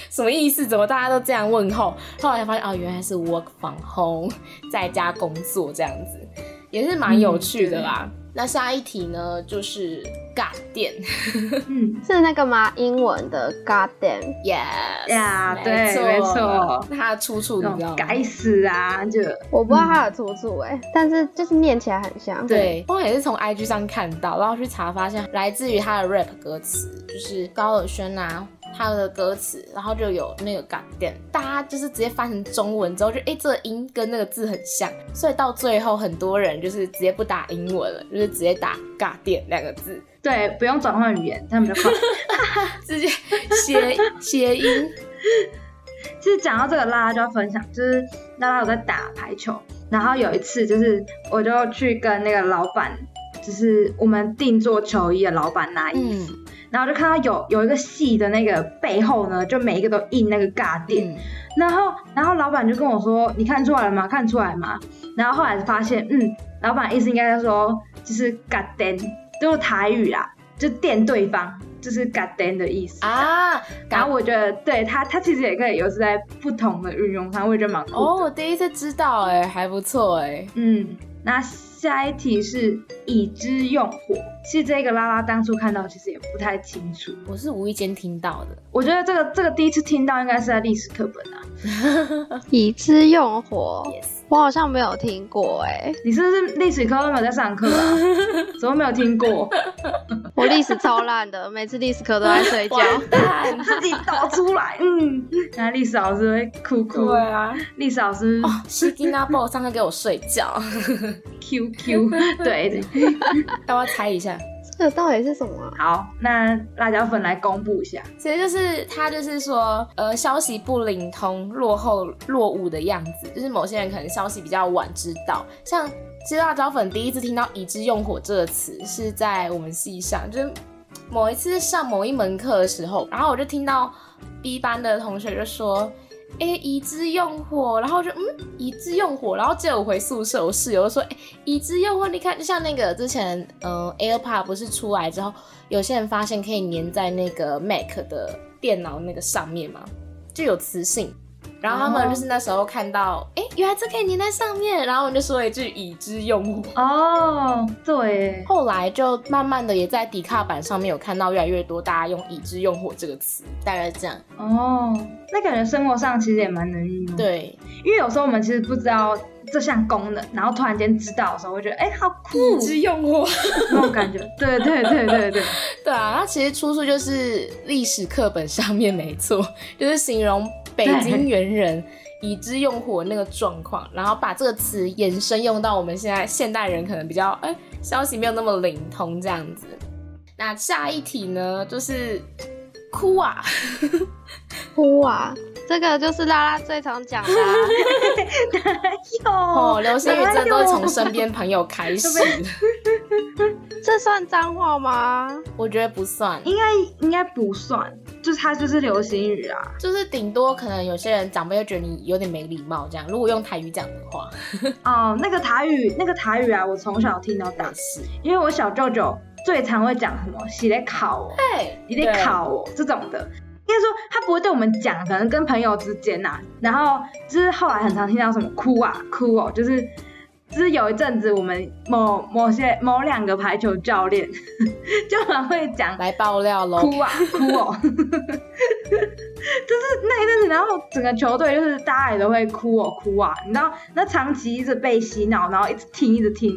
[SPEAKER 1] 什么意思？怎么大家都这样问候？后来才发现哦，原来是 work from home，在家工作这样子，也是蛮
[SPEAKER 2] 嗯
[SPEAKER 1] 有趣的啦。那下一题呢，就是尬电
[SPEAKER 2] 嗯，
[SPEAKER 3] 是那个吗？英文的 God damn。
[SPEAKER 1] ，yes，
[SPEAKER 2] 呀
[SPEAKER 1] 没
[SPEAKER 2] 对
[SPEAKER 1] 错，
[SPEAKER 2] 没错
[SPEAKER 1] 那它的出处
[SPEAKER 2] 那
[SPEAKER 1] 你知道
[SPEAKER 2] 种
[SPEAKER 1] 吗？
[SPEAKER 2] 该死啊，就
[SPEAKER 3] 我不知道它的出处哎、但是就是念起来很像。
[SPEAKER 1] 对，我也是从 IG 上看到，然后去查发现来自于他的 rap 歌词，就是高尔宣啊他的歌词，然后就有那个感电，大家就是直接翻成中文之后就，诶哎这个音跟那个字很像，所以到最后很多人就是直接不打英文了，就是直接打尬电两个字，
[SPEAKER 2] 对，不用转换语言，他们就快。
[SPEAKER 1] 直接谐谐音，
[SPEAKER 2] 其实讲到这个，拉拉就要分享，就是拉拉有在打排球，然后有一次就是我就去跟那个老板，就是我们定做球衣的老板拿衣服，
[SPEAKER 1] 嗯
[SPEAKER 2] 然后就看到有有一个系的那个背后呢，就每一个都印那个尬点，
[SPEAKER 1] 嗯，
[SPEAKER 2] 然后然后老板就跟我说：“你看出来了吗？看出来了吗？”然后后来发现，嗯，老板意思应该是说就是尬点，就是台语啦，就电对方，就是尬点的意思
[SPEAKER 1] 啊，
[SPEAKER 2] 然后我觉得对它，它其实也可以有是在不同的运用上，我也觉得蛮酷的。
[SPEAKER 1] 哦，我第一次知道、诶哎，还不错、诶哎。
[SPEAKER 2] 嗯，那下一题是已知用火，其实这个拉拉当初看到其实也不太清楚，
[SPEAKER 1] 我是无意间听到的，
[SPEAKER 2] 我觉得这个这个第一次听到应该是在历史课本啊，
[SPEAKER 3] 已知用火
[SPEAKER 1] Yes
[SPEAKER 3] 我好像没有听过 哎、
[SPEAKER 2] 你是不是历史课都没有在上课啊？怎么没有听过？
[SPEAKER 3] 我历史超烂的，每次历史课都在睡觉。
[SPEAKER 1] 完蛋，
[SPEAKER 2] 自己倒出来，嗯，那历史老师会哭哭，
[SPEAKER 1] 对啊。
[SPEAKER 2] 历史老师
[SPEAKER 1] 哦，西金拉布上课给我睡觉，
[SPEAKER 2] QQ，对，
[SPEAKER 1] 要不要猜一下？
[SPEAKER 3] 这个到底是什么啊？
[SPEAKER 2] 好，那辣椒粉来公布一下，
[SPEAKER 1] 其实就是他就是说，呃，消息不灵通、落后落伍的样子，就是某些人可能消息比较晚知道。像其实辣椒粉第一次听到“已知用火”这个词是在我们系上，就是某一次上某一门课的时候，然后我就听到 B 班的同学就说。哎、已知用火，然后就嗯，已知用火，然后接着我回宿舍，我室友就说，哎、已知用火，你看，就像那个之前，嗯、a i r p o d 不是出来之后，有些人发现可以粘在那个 Mac 的电脑那个上面嘛，就有磁性。然后他们就是那时候看到，哎、原来这可以粘在上面，然后我们就说了一句“已知用火”，
[SPEAKER 2] 哦，对，
[SPEAKER 1] 后来就慢慢的也在迪卡版上面有看到越来越多大家用“已知用火”这个词，大概这样。
[SPEAKER 2] 哦，那感觉生活上其实也蛮能运用。，
[SPEAKER 1] 对，
[SPEAKER 2] 因为有时候我们其实不知道这项功能，然后突然间知道的时候，会觉得哎、好酷
[SPEAKER 1] 已，知用火。
[SPEAKER 2] 那 种感觉。对对对对对，
[SPEAKER 1] 对啊，它其实出处就是历史课本上面没错， 就是形容北京猿人已知用火那个状况，然后把这个词延伸用到我们现在现代人可能比较哎、消息没有那么灵通这样子。那下一题呢，就是哭啊，
[SPEAKER 3] 哭啊！这个就是拉拉最常讲的、 啊，
[SPEAKER 1] 哦，
[SPEAKER 2] 哎哟，
[SPEAKER 1] 流星雨真的都是从身边朋友开始，
[SPEAKER 3] 这算脏话吗？
[SPEAKER 1] 我觉得不算，
[SPEAKER 2] 应该应该不算，就是它就是流行语啊。
[SPEAKER 1] 就是顶多可能有些人长辈会觉得你有点没礼貌这样，如果用台语讲的话，
[SPEAKER 2] 哦，那个台语，那个台语啊，我从小听到大
[SPEAKER 1] 但，是
[SPEAKER 2] 因为我小舅舅最常会讲什么“洗得烤哦”，
[SPEAKER 1] 对，
[SPEAKER 2] 你得考我这种的。应该说他不会对我们讲，可能跟朋友之间呐、然后就是后来很常听到什么哭啊哭哦，就是就是有一阵子我们某某些某两个排球教练 就很会讲
[SPEAKER 1] 来爆料喽。
[SPEAKER 2] 哭啊哭哦，就是那一阵子，然后整个球队就是大家也都会哭哦哭啊，你知道那长期一直被洗脑，然后一直听一直听，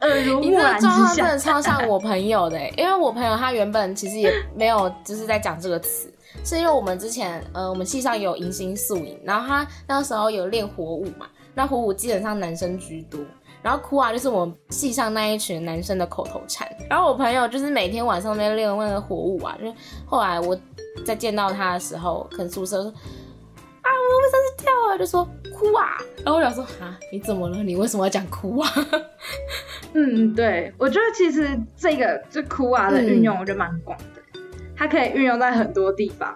[SPEAKER 2] 耳濡
[SPEAKER 1] 你这
[SPEAKER 2] 目
[SPEAKER 1] 个
[SPEAKER 2] 染之
[SPEAKER 1] 状况真
[SPEAKER 2] 下，
[SPEAKER 1] 的超像我朋友的欸、因为我朋友他原本其实也没有就是在讲这个词，是因为我们之前呃我们系上有迎新宿营，然后他那时候有练火舞嘛，那火舞基本上男生居多。然后哭啊，就是我们系上那一群男生的口头禅。然后我朋友就是每天晚上在练那个火舞啊，就是后来我在见到他的时候，可能宿舍说啊，我为啥是跳啊？就说哭啊。然后我想说啊，你怎么了？你为什么要讲哭啊？
[SPEAKER 2] 嗯，对，我觉得其实这个就哭啊的运用，我觉
[SPEAKER 1] 嗯
[SPEAKER 2] 得蛮广的，它可以运用在很多地方。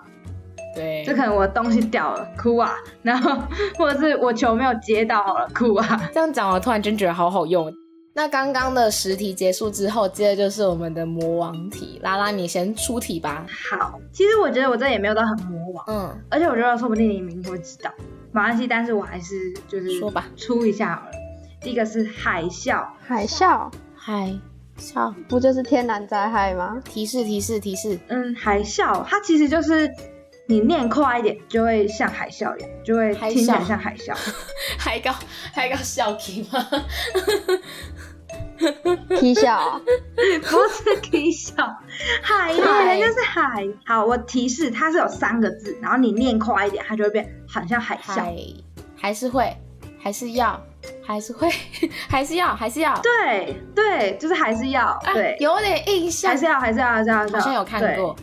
[SPEAKER 1] 对，
[SPEAKER 2] 就可能我东西掉了，哭啊，然后或者是我球没有接到，好了，哭 啊。
[SPEAKER 1] 这样讲，我突然间觉得好好用。那刚刚的十题结束之后，接着就是我们的魔王题。拉拉，你先出题吧。
[SPEAKER 2] 好，其实我觉得我这也没有到很魔王，
[SPEAKER 1] 嗯，
[SPEAKER 2] 而且我觉得说不定你明天会知道，没关系，但是我还是就是
[SPEAKER 1] 说吧，
[SPEAKER 2] 出一下好了。第一个是海啸，
[SPEAKER 3] 海啸
[SPEAKER 1] 嗨，笑。
[SPEAKER 3] 不就是天然灾害 吗？
[SPEAKER 1] 提示提示提示，
[SPEAKER 2] 嗯，海啸它其实就是你念快一点就会像海啸一样，就会
[SPEAKER 1] 海
[SPEAKER 2] 听起来
[SPEAKER 1] 啸
[SPEAKER 2] 像海 啸。
[SPEAKER 1] 还搞还搞笑题吗？
[SPEAKER 3] 踢笑，
[SPEAKER 2] 不是 K 笑，海
[SPEAKER 1] 海
[SPEAKER 2] 耶，就是海。好，我提示它是有三个字，然后你念快一点，它就会变很像海
[SPEAKER 1] 还
[SPEAKER 2] 啸。
[SPEAKER 1] 还是会，还是要，还是会， 还是要，还是要。
[SPEAKER 2] 对对，就是还是要、
[SPEAKER 1] 啊
[SPEAKER 2] 对，
[SPEAKER 1] 有点印象
[SPEAKER 2] 还，是要还是要还是要还是要。
[SPEAKER 1] 好像有看过。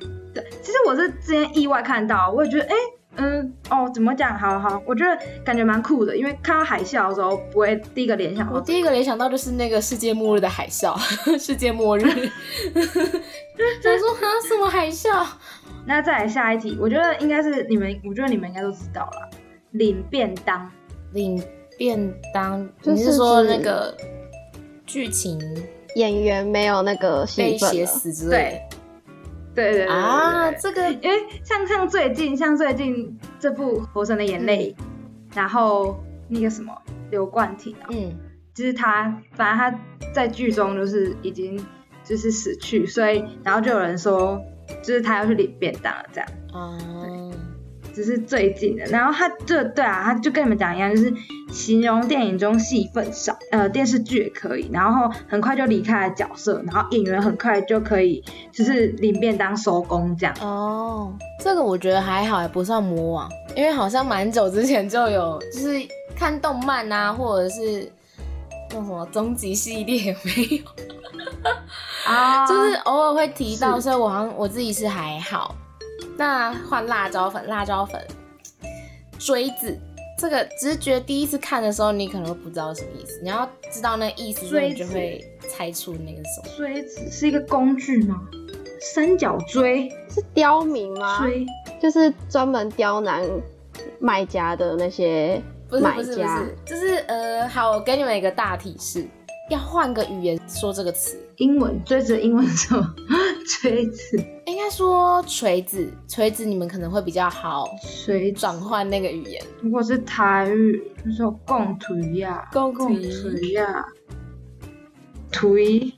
[SPEAKER 2] 对。对，其实我是之前意外看到，我也觉得哎。嗯，哦，怎么讲？好好，我觉得感觉蛮酷的，因为看到海啸的时候，不会第一个联想
[SPEAKER 1] 我
[SPEAKER 2] 到这
[SPEAKER 1] 第一个联想到就是那个世界末日的海啸， 世界 末日。想说哈什么海啸？
[SPEAKER 2] 个。那再来下一题，我觉得应该是你们，我觉得你们应该都知道了，领便当。
[SPEAKER 1] 领便当，
[SPEAKER 3] 就
[SPEAKER 1] 你
[SPEAKER 3] 是
[SPEAKER 1] 是说
[SPEAKER 3] 指
[SPEAKER 1] 那个剧情
[SPEAKER 3] 演员没有那个
[SPEAKER 1] 被
[SPEAKER 3] 戏份
[SPEAKER 1] 写
[SPEAKER 3] 了。
[SPEAKER 1] 死之类
[SPEAKER 2] 对，
[SPEAKER 1] 的
[SPEAKER 2] 对对对对对
[SPEAKER 1] 啊？
[SPEAKER 2] 对
[SPEAKER 1] 这个
[SPEAKER 2] 因为像像最近像最近这部《火神的眼泪》然后那个什么刘冠廷啊，
[SPEAKER 1] 嗯，
[SPEAKER 2] 就是他，反正他在剧中就是已经就是死去，所以然后就有人说，就是他要去领便当了这样。
[SPEAKER 1] 啊，
[SPEAKER 2] 只是最近的，然后他这对啊，他就跟你们讲一样，就是形容电影中戏份少，呃，电视剧也可以，然后很快就离开了角色，然后演员很快就可以就是领便当收工这样。
[SPEAKER 1] 哦，这个我觉得还好，也不算魔王，因为好像蛮久之前就有， 就是看动漫啊，或者是那种什么终极系列有没有？
[SPEAKER 2] 啊
[SPEAKER 1] 就是偶尔会提到，
[SPEAKER 2] 是
[SPEAKER 1] 所以我好像我自己是还好。那换辣椒粉，辣椒粉锥子，这个直觉第一次看的时候，你可能会不知道什么意思，你要知道那个意思之后，
[SPEAKER 2] 锥
[SPEAKER 1] 你就
[SPEAKER 2] 子
[SPEAKER 1] 会猜出那个什么。
[SPEAKER 2] 锥子是一个工具吗？三角锥
[SPEAKER 3] 是刁民吗？
[SPEAKER 2] 锥
[SPEAKER 3] 就是专门刁难卖家的那些
[SPEAKER 1] 不是
[SPEAKER 3] 买
[SPEAKER 1] 不是不
[SPEAKER 3] 家，
[SPEAKER 1] 是，就是呃，好，我给你们一个大提示，要换个语言说这个词，
[SPEAKER 2] 英文追着英文什么？追子
[SPEAKER 1] 应该说锤子，锤子你们可能会比较好
[SPEAKER 2] 水准。
[SPEAKER 1] 转换那个语言。
[SPEAKER 2] 如果是台语，就说共土呀，
[SPEAKER 1] 共腿
[SPEAKER 2] 共土呀，土一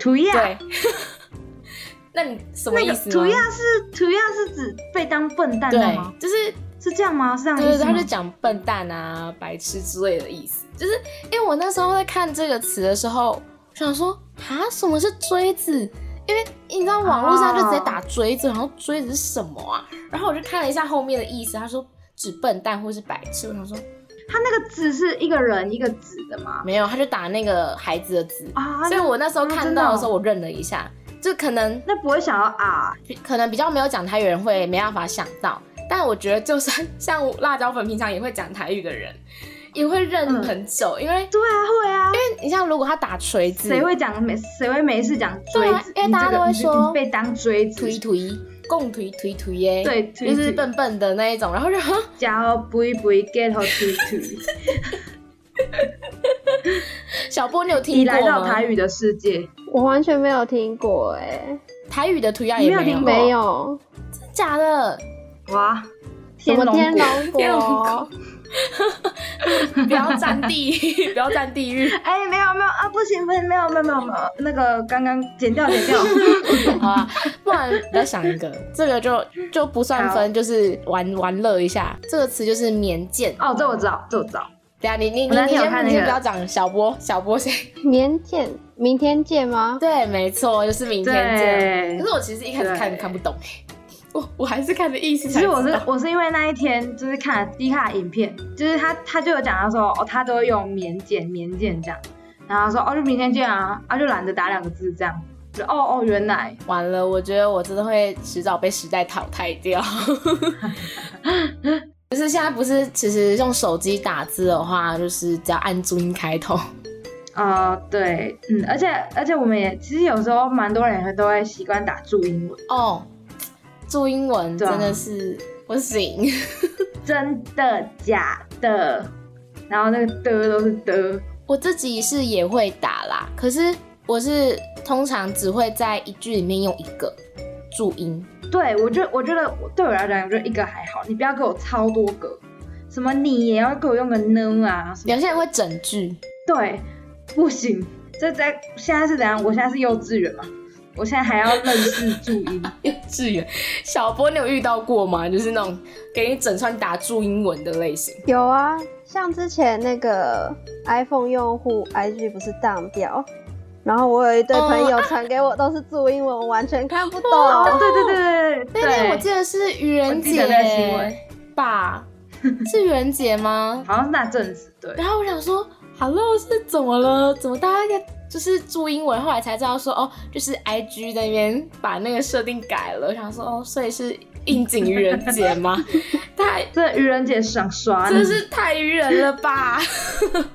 [SPEAKER 2] 土呀。
[SPEAKER 1] 对， 那你什么
[SPEAKER 2] 那
[SPEAKER 1] 意
[SPEAKER 2] 个
[SPEAKER 1] 思
[SPEAKER 2] 土
[SPEAKER 1] 吗？
[SPEAKER 2] 呀是土呀是指被当笨蛋的吗
[SPEAKER 1] 对，？就是
[SPEAKER 2] 是这样吗？是这样
[SPEAKER 1] 对
[SPEAKER 2] 意
[SPEAKER 1] 对
[SPEAKER 2] 思
[SPEAKER 1] 对，他就
[SPEAKER 2] 吗？
[SPEAKER 1] 讲笨蛋啊、白痴之类的意思。就是因为我那时候在看这个词的时候，我想说啊，什么是锥子？因为你知道网络上就
[SPEAKER 2] 啊
[SPEAKER 1] 直接打锥子，然后锥子是什么啊？然后我就看了一下后面的意思，他说指笨蛋或是白痴。我想说
[SPEAKER 2] 他那个子是一个人一个子的吗？
[SPEAKER 1] 没有，他就打那个孩子的字。
[SPEAKER 2] 啊，
[SPEAKER 1] 所以
[SPEAKER 2] 那
[SPEAKER 1] 我那时候
[SPEAKER 2] 啊
[SPEAKER 1] 看
[SPEAKER 2] 真的
[SPEAKER 1] 到的
[SPEAKER 2] 哦
[SPEAKER 1] 时候，我愣了一下，就可能
[SPEAKER 2] 那不会想要啊？
[SPEAKER 1] 可能比较没有讲台语的人会没办法想到，但我觉得就算像辣椒粉平常也会讲台语的人，也会认
[SPEAKER 2] 嗯
[SPEAKER 1] 很久，因为
[SPEAKER 2] 对啊，会啊。
[SPEAKER 1] 你像如果他打锤子，
[SPEAKER 2] 谁会讲没谁会没事讲
[SPEAKER 1] 对
[SPEAKER 2] 锥
[SPEAKER 1] 啊
[SPEAKER 2] 子？
[SPEAKER 1] 因为
[SPEAKER 2] 你
[SPEAKER 1] 大家
[SPEAKER 2] 这个
[SPEAKER 1] 都会
[SPEAKER 2] 你这个
[SPEAKER 1] 说
[SPEAKER 2] 被当锥子
[SPEAKER 1] 推，推共推推推耶？，
[SPEAKER 2] 对，
[SPEAKER 1] 就
[SPEAKER 2] 推
[SPEAKER 1] 是
[SPEAKER 2] 推
[SPEAKER 1] 笨笨的那一种，然后就 哈
[SPEAKER 2] 然后不一不一 get 好推推，
[SPEAKER 1] 小波你有
[SPEAKER 2] 你
[SPEAKER 1] 听过
[SPEAKER 2] 来到
[SPEAKER 1] 吗？
[SPEAKER 2] 台语的世界，
[SPEAKER 3] 我完全没有听过哎、
[SPEAKER 1] 台语的推啊也
[SPEAKER 2] 你没有
[SPEAKER 1] 没有，
[SPEAKER 2] 听过
[SPEAKER 3] 没有，
[SPEAKER 1] 真的假 的？
[SPEAKER 2] 哇，
[SPEAKER 3] 什么天
[SPEAKER 2] 果，
[SPEAKER 3] 龙
[SPEAKER 1] 天龙
[SPEAKER 3] 国
[SPEAKER 1] 国？不要占地，不 要占地域。
[SPEAKER 2] 哎，没有没有啊，不行不行，没有没有没有没有，那个刚刚剪掉 剪掉，
[SPEAKER 1] 好啊，不然我再想一个，这个就就不算分，就是玩玩乐一下。这个词就是棉剑。
[SPEAKER 2] 哦，这我知道，这我知道，
[SPEAKER 1] 等一下你你
[SPEAKER 2] 我
[SPEAKER 1] 你
[SPEAKER 2] 那
[SPEAKER 1] 你
[SPEAKER 2] 天有
[SPEAKER 1] 先
[SPEAKER 2] 看
[SPEAKER 1] 你
[SPEAKER 2] 那
[SPEAKER 1] 先
[SPEAKER 2] 个
[SPEAKER 1] 不要讲小波，小波 先。
[SPEAKER 3] 明天明天见吗？
[SPEAKER 1] 对，没错，就是明天见。
[SPEAKER 2] 对
[SPEAKER 1] 可是，我其实一开始看
[SPEAKER 2] 对
[SPEAKER 1] 看不懂、欸， 我我还是看的意思
[SPEAKER 2] 其
[SPEAKER 1] 才知
[SPEAKER 2] 实
[SPEAKER 1] 道。
[SPEAKER 2] 我是我是因为那一天就是看了低卡的影片，就是他他就有讲到说，哦，他都会用棉剪棉剪这样，然后他说哦就明天见啊，啊就懒得打两个字这样，就哦哦原来
[SPEAKER 1] 完了，我觉得我真的会迟早被时代淘汰掉。 就是现在不是，其实用手机打字的话，就是只要按注音开头。
[SPEAKER 2] 啊、对，嗯，而且而且我们也其实有时候蛮多人都会习惯打注英文，
[SPEAKER 1] 哦，注英文
[SPEAKER 2] 对
[SPEAKER 1] 真
[SPEAKER 2] 啊
[SPEAKER 1] 的是不行。
[SPEAKER 2] 真的假的，然后那个的都是的，
[SPEAKER 1] 我自己是也会打啦，可是我是通常只会在一句里面用一个注音。
[SPEAKER 2] 对我觉得我觉得我对我来讲，我觉得一个还好，你不要给我超多个，什么你也要给我用个呢啊，什么
[SPEAKER 1] 有些人会整句，
[SPEAKER 2] 对，不行，这在现在是怎样？我现在是幼稚园嘛，我现在还要认识注音，
[SPEAKER 1] 幼稚园小波，你有遇到过吗？就是那种给你整串打注英文的类型。
[SPEAKER 3] 有啊，像之前那个 iPhone 用户 IG 不是当掉，然后我有一对朋友传给我都是注英文，我完全看不 懂。
[SPEAKER 2] 哦，对对对对对
[SPEAKER 1] 那天我
[SPEAKER 2] 对，
[SPEAKER 1] 记得是愚人
[SPEAKER 2] 我记
[SPEAKER 1] 节
[SPEAKER 2] 得那个新闻
[SPEAKER 1] 吧？是愚人节吗？
[SPEAKER 2] 好像是那阵子，对，
[SPEAKER 1] 然后我想说，Hello 是怎么了？怎么大家在就是注英文？后来才知道说，哦，就是 IG 那边把那个设定改了。我想说，哦，所以是应景愚人节吗？ 太
[SPEAKER 2] 这愚人节想刷你
[SPEAKER 1] 真，是太愚人了吧！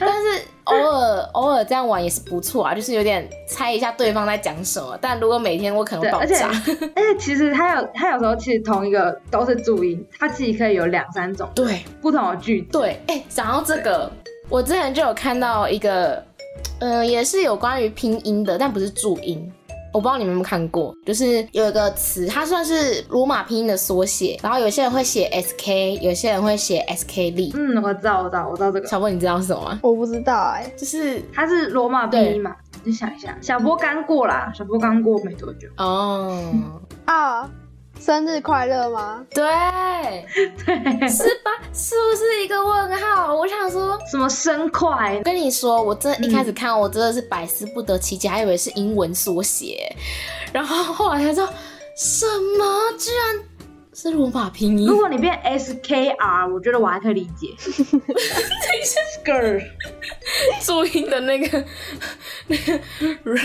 [SPEAKER 1] 但是偶尔偶尔这样玩也是不错啊，就是有点猜一下对方在讲什么。但如果每天我可能
[SPEAKER 2] 对，
[SPEAKER 1] 会爆
[SPEAKER 2] 而且
[SPEAKER 1] 炸，
[SPEAKER 2] 而且其实它有它有时候其实同一个都是注音，它其实可以有两三种
[SPEAKER 1] 对。
[SPEAKER 2] 不同的句子。
[SPEAKER 1] 对，哎、讲到这个，我之前就有看到一个，呃，也是有关于拼音的，但不是注音。我不知道你们有没有看过，就是有一个词，它算是罗马拼音的缩写，然后有些人会写 SK，有些人会写 SKL。
[SPEAKER 2] 嗯，我知道，我知道，我知道这个，
[SPEAKER 1] 小波，你知道是什么吗？
[SPEAKER 3] 我不知道哎、
[SPEAKER 1] 就是
[SPEAKER 2] 它是罗马拼音嘛？你想一下，小波刚过啦，小波刚过没多久，
[SPEAKER 1] 哦，
[SPEAKER 3] 啊，生日快乐吗？
[SPEAKER 1] 对，
[SPEAKER 2] 对，
[SPEAKER 1] 是吧？是不是一个问号？我想说，
[SPEAKER 2] 什么生快
[SPEAKER 1] 我，跟你说，我真的一开始看，我真的是百思不得其解，还以为是英文缩写，然后后来才知道什么居然是罗马拼音
[SPEAKER 2] 如。果你变 S K R，我觉得我还可以理解。skirt，
[SPEAKER 1] 注音的那个那个人，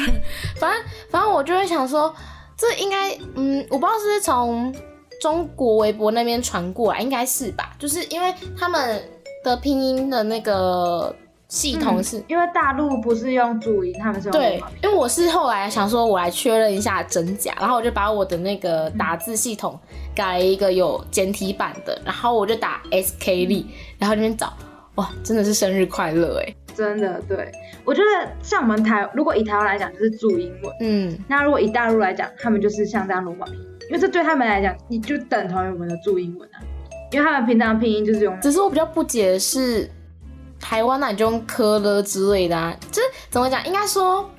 [SPEAKER 1] 反正反正我就会想说，这应该嗯，我不知道是不是从中国微博那边传过来，应该是吧？就是因为他们的拼音的那个系统是。
[SPEAKER 2] 因为大陆不是用注音，他们是用
[SPEAKER 1] 对
[SPEAKER 2] 罗马拼，
[SPEAKER 1] 因为我是后来想说，我来确认一下真假，然后我就把我的那个打字系统改了一个有简体版的，然后我就打 S K 力，然后那边找，哇，真的是生日快乐哎，
[SPEAKER 2] 音真的对。我觉得像我们台，如果以台湾来讲就是注英文，
[SPEAKER 1] 嗯，
[SPEAKER 2] 那如果以大陆来讲，他们就是像这样罗马拼音，因为这对他们来讲，你就等同于我们的注英文啊，因为他们平常拼音就是用
[SPEAKER 1] 只是我比较不解的是，台湾那你就用科了之类的啊，就是怎么讲？应该说，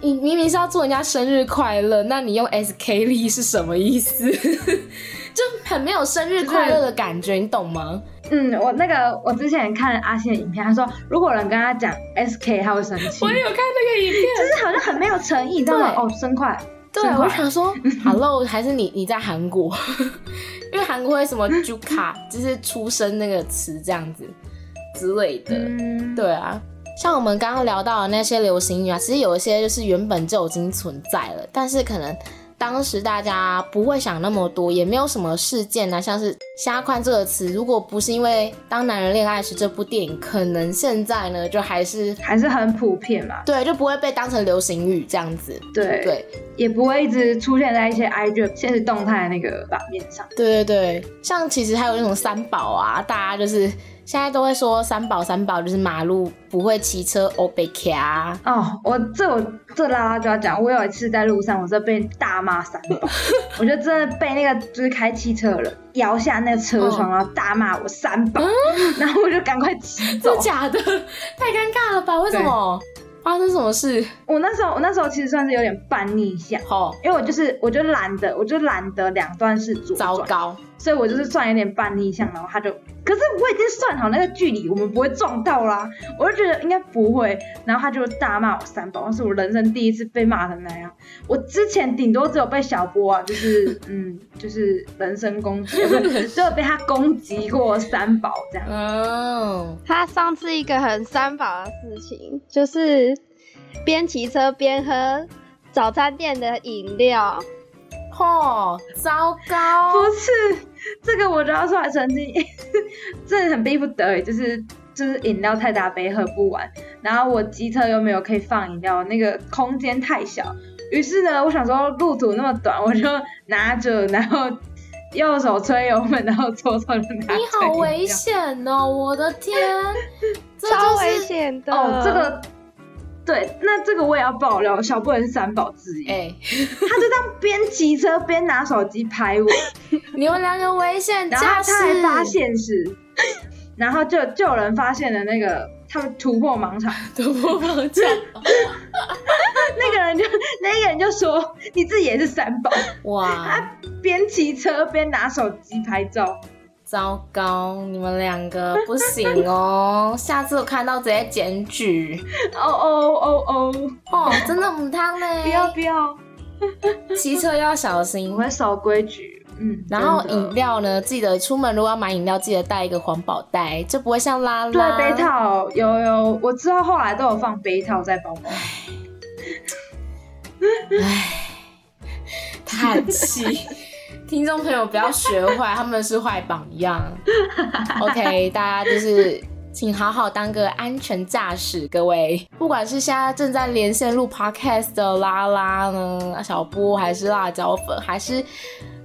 [SPEAKER 1] 你明明是要祝人家生日快乐，那你用 SK 力是什么意思？ 就很没有生日快乐的感觉，你懂吗？
[SPEAKER 2] 嗯，我那个我之前看阿信的影片，他说如果有人跟他讲 SK，他会生气，
[SPEAKER 1] 我也有看那个影片，
[SPEAKER 2] 就是好像很没有诚意，你知道吗？
[SPEAKER 1] 对
[SPEAKER 2] 哦，生快，
[SPEAKER 1] 对，
[SPEAKER 2] 真的
[SPEAKER 1] 我
[SPEAKER 2] 啊
[SPEAKER 1] 就想说，Hello，还是你你在韩国？ 因为韩国会什么 Juka，就是出生那个词这样子之类的。
[SPEAKER 2] 嗯，
[SPEAKER 1] 对啊，像我们刚刚聊到的那些流行语啊，其实有一些就是原本就已经存在了，但是可能当时大家不会想那么多，也没有什么事件啊，像是“虾宽”这个词，如果不是因为《当男人恋爱时》这部电影，可能现在呢就还是
[SPEAKER 2] 还是很普遍嘛，
[SPEAKER 1] 对，就不会被当成流行语这样子。
[SPEAKER 2] 对，
[SPEAKER 1] 对
[SPEAKER 2] 也不会一直出现在一些 IG 现实动态的那个版面上，
[SPEAKER 1] 对对对，像其实还有那种三宝啊，大家就是现在都会说三宝三宝，就是马路不会骑车欧北卡，
[SPEAKER 2] 哦，我这我这拉拉就要讲，我有一次在路上，我这被大骂三 宝，我就真的被那个就是开汽车的人摇下那个
[SPEAKER 1] 嗯
[SPEAKER 2] 车窗，然后大骂我三宝，然后我就赶快骑走
[SPEAKER 1] 真的。假的？ 太尴尬了吧？为什么？发生什么事？
[SPEAKER 2] 我那时候我那时候其实算是有点叛逆一下，
[SPEAKER 1] 好、
[SPEAKER 2] 因为我就是我就懒得我就懒得两段是左
[SPEAKER 1] 糟
[SPEAKER 2] 转，
[SPEAKER 1] 糕！
[SPEAKER 2] 所以我就是算有点叛逆向，然后他就，可是我已经算好那个距离，我们不会撞到啦，我就觉得应该不会，然后他就大骂我三宝，那是我人生第一次被骂成那样。我之前顶多只有被小波啊，就是嗯，就是人身攻击，不是只有被他攻击过三宝这样。
[SPEAKER 1] 嗯，
[SPEAKER 3] 他上次一个很三宝的事情，就是边骑车边喝早餐店的饮料，
[SPEAKER 1] 嚯，糟糕！
[SPEAKER 2] 不是这个，我就要出来澄 清，真的很逼不得已，就是就是饮料太大杯喝不完，然后我机车又没有可以放饮料，那个空间太小，于是呢，我想说路途那么短，我就拿着，然后右手吹油门，然后左手就 拿
[SPEAKER 1] 你
[SPEAKER 2] 着饮
[SPEAKER 1] 好
[SPEAKER 2] 料
[SPEAKER 1] 危险哦！我的 天，这
[SPEAKER 3] 超
[SPEAKER 1] 就
[SPEAKER 3] 危
[SPEAKER 1] 是
[SPEAKER 3] 险的。
[SPEAKER 2] 哦，这个。对，那这个我也要爆料，小布也是三宝 之一，
[SPEAKER 1] 哎、
[SPEAKER 2] 他就这样边骑车边拿手机拍我，
[SPEAKER 1] 你们两个危险
[SPEAKER 2] 然后
[SPEAKER 1] 驾驶！
[SPEAKER 2] 他还 发现是，然后就就有人发现了那个他们突破盲场，
[SPEAKER 1] 突破防站，
[SPEAKER 2] 那个人就那个人就说你自己也是三宝，
[SPEAKER 1] 哇，
[SPEAKER 2] 边骑车边拿手机拍照，
[SPEAKER 1] 糟糕！你们两个不行哦，下次我看到直接检举
[SPEAKER 2] 哦哦哦哦，
[SPEAKER 1] 哦，真的母汤嘞！
[SPEAKER 2] 不要不要，
[SPEAKER 1] 骑车要小心
[SPEAKER 2] 我。会守规矩，嗯，
[SPEAKER 1] 然后
[SPEAKER 2] 真的
[SPEAKER 1] 饮料呢，记得出门如果要买饮料，记得带一个环保袋，就不会像拉拉。
[SPEAKER 2] 对杯套有有，我之后后来都有放杯套在包包，
[SPEAKER 1] 叹气。听众朋友不要学坏，他们是坏榜样。OK，大家就是请好好当个安全驾驶，各位。不管是现在正在连线录 Podcast 的拉拉呢，小波还是辣椒粉，还是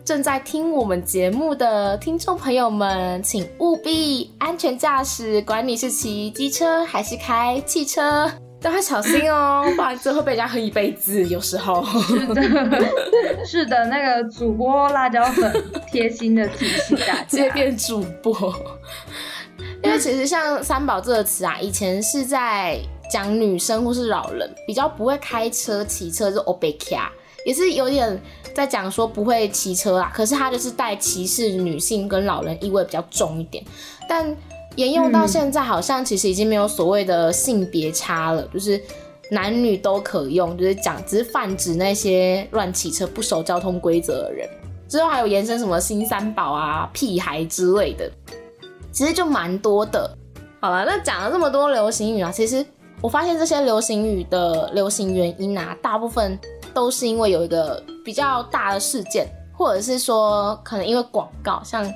[SPEAKER 1] 正在听我们节目的听众朋友们，请务必安全驾驶，管你是骑机车还是开汽车，都要小心哦，不然这会被人家黑一辈子。有时候。
[SPEAKER 2] 是的， 是的，那个主播辣椒粉贴心的提醒大
[SPEAKER 1] 直接
[SPEAKER 2] 家，
[SPEAKER 1] 变主播。 因为其实像“三宝”这个词啊，以前是在讲女生或是老人比较不会开车、骑车，就是 o b e k a 也是有点在讲说不会骑车啦。可是它就是带歧视女性跟老人意味比较重一点，但沿用到
[SPEAKER 2] 嗯
[SPEAKER 1] 现在，好像其实已经没有所谓的性别差了，就是男女都可用，就是讲只是泛指那些乱骑车、不守交通规则的人。之后还有延伸什么新三宝啊、屁孩之类的，其实就蛮多的。好了，那讲了这么多流行语啊，其实我发现这些流行语的流行原因啊，大部分都是因为有一个比较大的事件，或者是说可能因为广告，像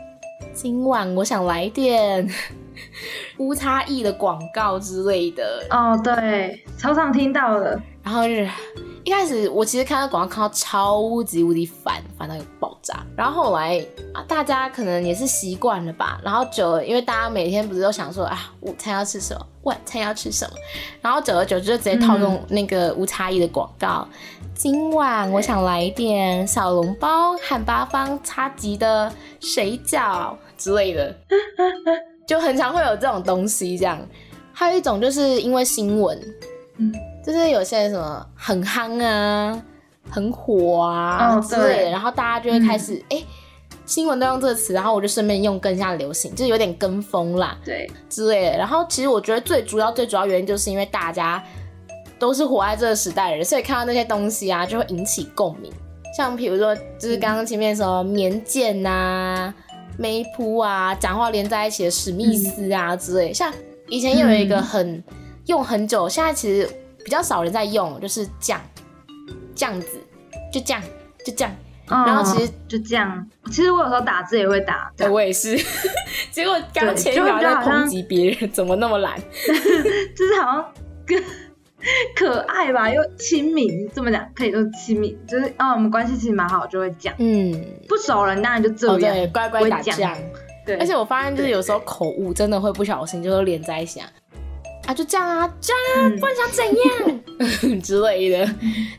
[SPEAKER 1] 今晚我想来点 无差异的广告之类的，
[SPEAKER 2] 哦，对，超常听到了，
[SPEAKER 1] 然后就是一开始我其实看到广告看到超级无敌烦，烦到有爆炸。然后后来啊，大家可能也是习惯了吧，然后久了，因为大家每天不是都想说啊，午餐要吃什么，晚餐要吃什么，然后久而久之就直接套用那个无差异的广告。今晚我想来一点小笼包、汉八方叉吉的水饺之类的，就很常会有这种东西这样。还有一种就是因为新闻，
[SPEAKER 2] 嗯，
[SPEAKER 1] 就是有些人什么很夯啊、很火啊、
[SPEAKER 2] 哦
[SPEAKER 1] 之类的，
[SPEAKER 2] 对嗯
[SPEAKER 1] 然后大家就会开始哎、诶新闻都用这个词，然后我就顺便用跟一下流行，就是有点跟风啦
[SPEAKER 2] 对，
[SPEAKER 1] 之类的。然后其实我觉得最主要、最主要原因就是因为大家都是活在这个时代的人，所以看到那些东西啊，就会引起共鸣。像比如说，就是刚刚前面什么棉剑呐、梅铺啊、讲话连在一起的史密斯啊之类，像以前有一个
[SPEAKER 2] 嗯
[SPEAKER 1] 很用很久，现在其实比较少人在用，就是酱酱子，就酱就酱。
[SPEAKER 2] 然
[SPEAKER 1] 后其实
[SPEAKER 2] 就这样，其实我有时候打字也会打，
[SPEAKER 1] 对，我也是。 结果刚前一秒
[SPEAKER 2] 就会觉
[SPEAKER 1] 在
[SPEAKER 2] 得好像
[SPEAKER 1] 抨击别人，怎么那么懒？
[SPEAKER 2] 就是好像跟 可爱吧，又亲民，这么讲可以说亲民，就是啊、我们关系其实蛮好，就会讲。
[SPEAKER 1] 嗯，
[SPEAKER 2] 不熟人当然就
[SPEAKER 1] 哦
[SPEAKER 2] 这样，
[SPEAKER 1] 对，乖
[SPEAKER 2] 不
[SPEAKER 1] 乖
[SPEAKER 2] 会
[SPEAKER 1] 打
[SPEAKER 2] 讲
[SPEAKER 1] 酱。
[SPEAKER 2] 对，
[SPEAKER 1] 而且我发现就是有时候口误真的会不小心就会连在一起啊，啊就这样啊，这样啊，
[SPEAKER 2] 嗯
[SPEAKER 1] 不然想怎 样之类的，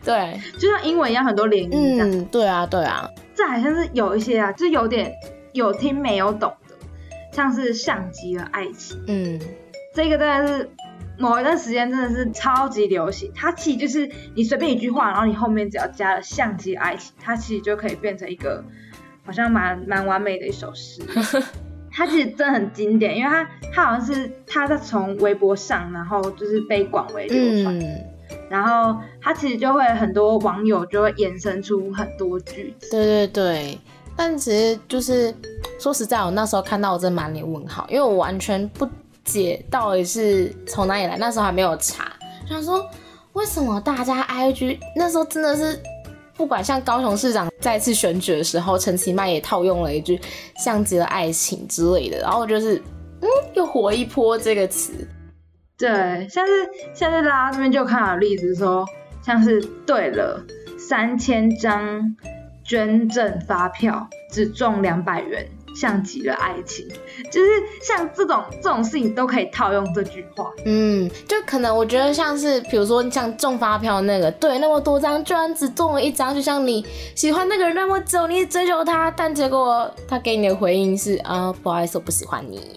[SPEAKER 1] 对，
[SPEAKER 2] 就像英文一样，很多连音这样。
[SPEAKER 1] 嗯，对啊，对啊，
[SPEAKER 2] 这好像是有一些啊，就是有点有听没有懂的，像是像极了爱情，
[SPEAKER 1] 嗯，
[SPEAKER 2] 这个真的是某一段时间真的是超级流行。它其实就是你随便一句话，然后你后面只要加了像极了爱情，它其实就可以变成一个好像蛮蛮完美的一首诗。它其实真的很经典，因为它它好像是它在从微博上，然后就是被广为流传，
[SPEAKER 1] 嗯，
[SPEAKER 2] 然后它其实就会很多网友就会衍生出很多句子。
[SPEAKER 1] 对对对，但其实就是说实在，我那时候看到我真的满脸问号，因为我完全不解到底是从哪里来，那时候还没有查，想说为什么大家 IG 那时候真的是。不管像高雄市长再次选举的时候，陈其迈也套用了一句“像极了爱情”之类的，然后就是，嗯，又火一波这个词，
[SPEAKER 2] 对，像是像是大家这边就看到有例子说，像是对了，三千张捐赠发票只中两百元，像极了爱情，就是像这种这种事情都可以套用这句话。
[SPEAKER 1] 嗯，就可能我觉得像是，比如说像中发票那个，对，那么多张，居然只中了一张，就像你喜欢那个人那么久，你一直追求他，但结果他给你的回应是啊、不好意思，我不喜欢你，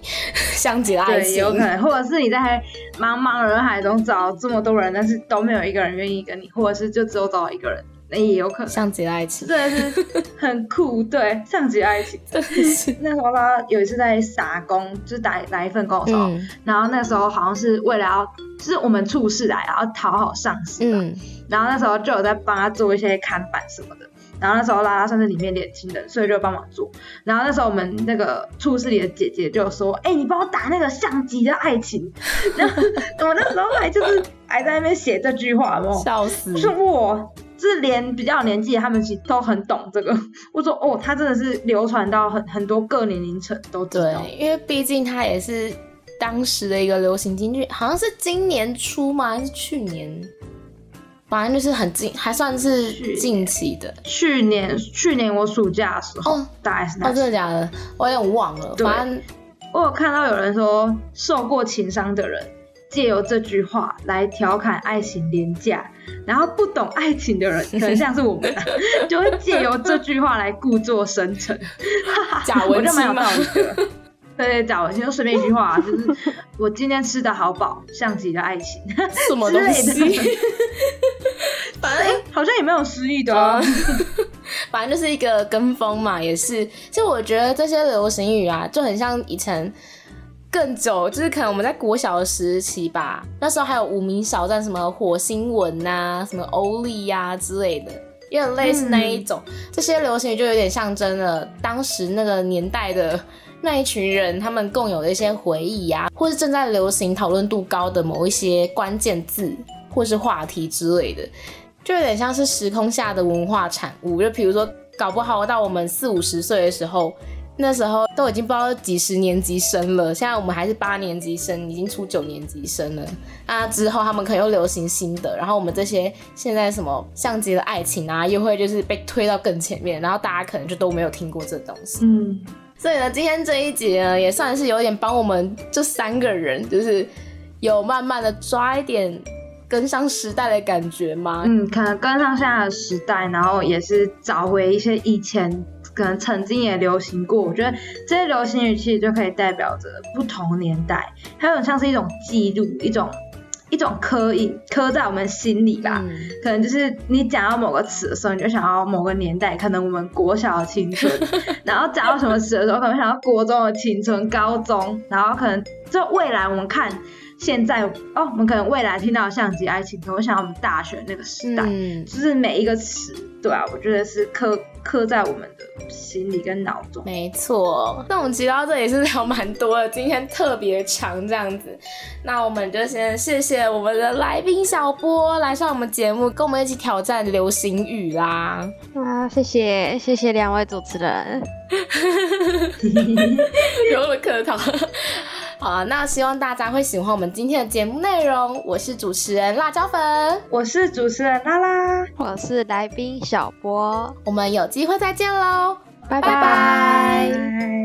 [SPEAKER 1] 像极了爱
[SPEAKER 2] 对，
[SPEAKER 1] 情，
[SPEAKER 2] 有可能，或者是你在茫茫人海中找这么多人，但是都没有一个人愿意跟你，或者是就只有找到一个人，那也有可能。
[SPEAKER 1] 像极了爱情，
[SPEAKER 2] 真的 是很酷，对，像极了爱情。
[SPEAKER 1] 真的是，
[SPEAKER 2] 那时候他有一次在打工，就是打打一份工的时候，
[SPEAKER 1] 嗯
[SPEAKER 2] 然后那时候好像是为了要，就是我们处事来，然后讨好上司嘛。
[SPEAKER 1] 嗯
[SPEAKER 2] 然后那时候就有在帮他做一些看板什么的。然后那时候拉拉算是里面年轻人，所以就帮忙做。然后那时候我们那个处室里的姐姐就说：“哎、你帮我打那个像极的爱情。”然后我那时候还就是还在那边写这句话，有没有
[SPEAKER 1] 笑死
[SPEAKER 2] 我，说我就是连比较有年纪的他们其实都很懂这个。我说哦，他真的是流传到很很多各年龄层都知道。
[SPEAKER 1] 对，因为毕竟他也是当时的一个流行金句，好像是今年初吗？还是去年？反正就是很近，还算是
[SPEAKER 2] 去年
[SPEAKER 1] 近期的。
[SPEAKER 2] 去年去年我暑假的时候，
[SPEAKER 1] 哦
[SPEAKER 2] 大概是那
[SPEAKER 1] 哦，
[SPEAKER 2] 时候
[SPEAKER 1] 真的假的？我有点忘了，
[SPEAKER 2] 对
[SPEAKER 1] 反正
[SPEAKER 2] 我有看到有人说，受过情伤的人借由这句话来调侃爱情廉价，然后不懂爱情的人，可能像是我们、啊， 就会借由这句话来故作深沉。
[SPEAKER 1] 贾
[SPEAKER 2] 我
[SPEAKER 1] 文
[SPEAKER 2] 就
[SPEAKER 1] 清
[SPEAKER 2] 蛮有
[SPEAKER 1] 嘛
[SPEAKER 2] 道，理的。对 对，贾文清就随便一句话、啊 就是我今天吃的好饱，像极了爱情，
[SPEAKER 1] 什么东
[SPEAKER 2] 之类
[SPEAKER 1] 西
[SPEAKER 2] 的？
[SPEAKER 1] 反正
[SPEAKER 2] 好像也没有失忆的哦。
[SPEAKER 1] 反正就是一个跟风嘛，也是。就我觉得这些流行语啊，就很像以前更久，就是可能我们在国小的时期吧，那时候还有无名小站，什么火星文呐、什么欧丽呀之类的，有点类似那一种。这些流行语就有点象征了当时那个年代的。那一群人，他们共有的一些回忆呀、或是正在流行、讨论度高的某一些关键字，或是话题之类的，就有点像是时空下的文化产物。就比如说，搞不好到我们四五十岁的时候，那时候都已经不知道几十年级生了，现在我们还是八年级生，已经出九年级生了。那之后他们可能又流行新的，然后我们这些现在什么像极了爱情啊，又会就是被推到更前面，然后大家可能就都没有听过这东西。
[SPEAKER 2] 嗯，
[SPEAKER 1] 所以呢，今天这一节呢，也算是有点帮我们这三个人，就是有慢慢的抓一点跟上时代的感觉吗？
[SPEAKER 2] 嗯，可能跟上现在的时代，然后也是找回一些以前可能曾经也流行过。我觉得这些流行语其实就可以代表着不同年代，它有点像是一种记录，一种一种刻印，刻在我们心里啦。
[SPEAKER 1] 嗯
[SPEAKER 2] 可能就是你讲到某个词的时候，你就想到某个年代，可能我们国小的青 春；然后讲到什么词的时候，可能想到国中的青春、高中，然后可能就未来我们看现在哦，我们可能未来听到的像极爱情，可能我想到我们大学那个时代，
[SPEAKER 1] 嗯，
[SPEAKER 2] 就是每一个词，对啊，我觉得是刻刻在我们的心里跟脑中。
[SPEAKER 1] 没错，那我们其实到这里是聊蛮多的，今天特别长这样子。那我们就先谢谢我们的来宾小波来上我们节目，跟我们一起挑战流行语 啦。
[SPEAKER 3] 啊，谢谢谢谢两位主持人，
[SPEAKER 1] 揉了客套。好啊，那希望大家会喜欢我们今天的节目内容。我是主持人辣椒粉，
[SPEAKER 2] 我是主持人拉拉，
[SPEAKER 3] 我是来宾小波，
[SPEAKER 1] 我们有机会再见喽，
[SPEAKER 3] 拜
[SPEAKER 1] 拜拜
[SPEAKER 2] 拜。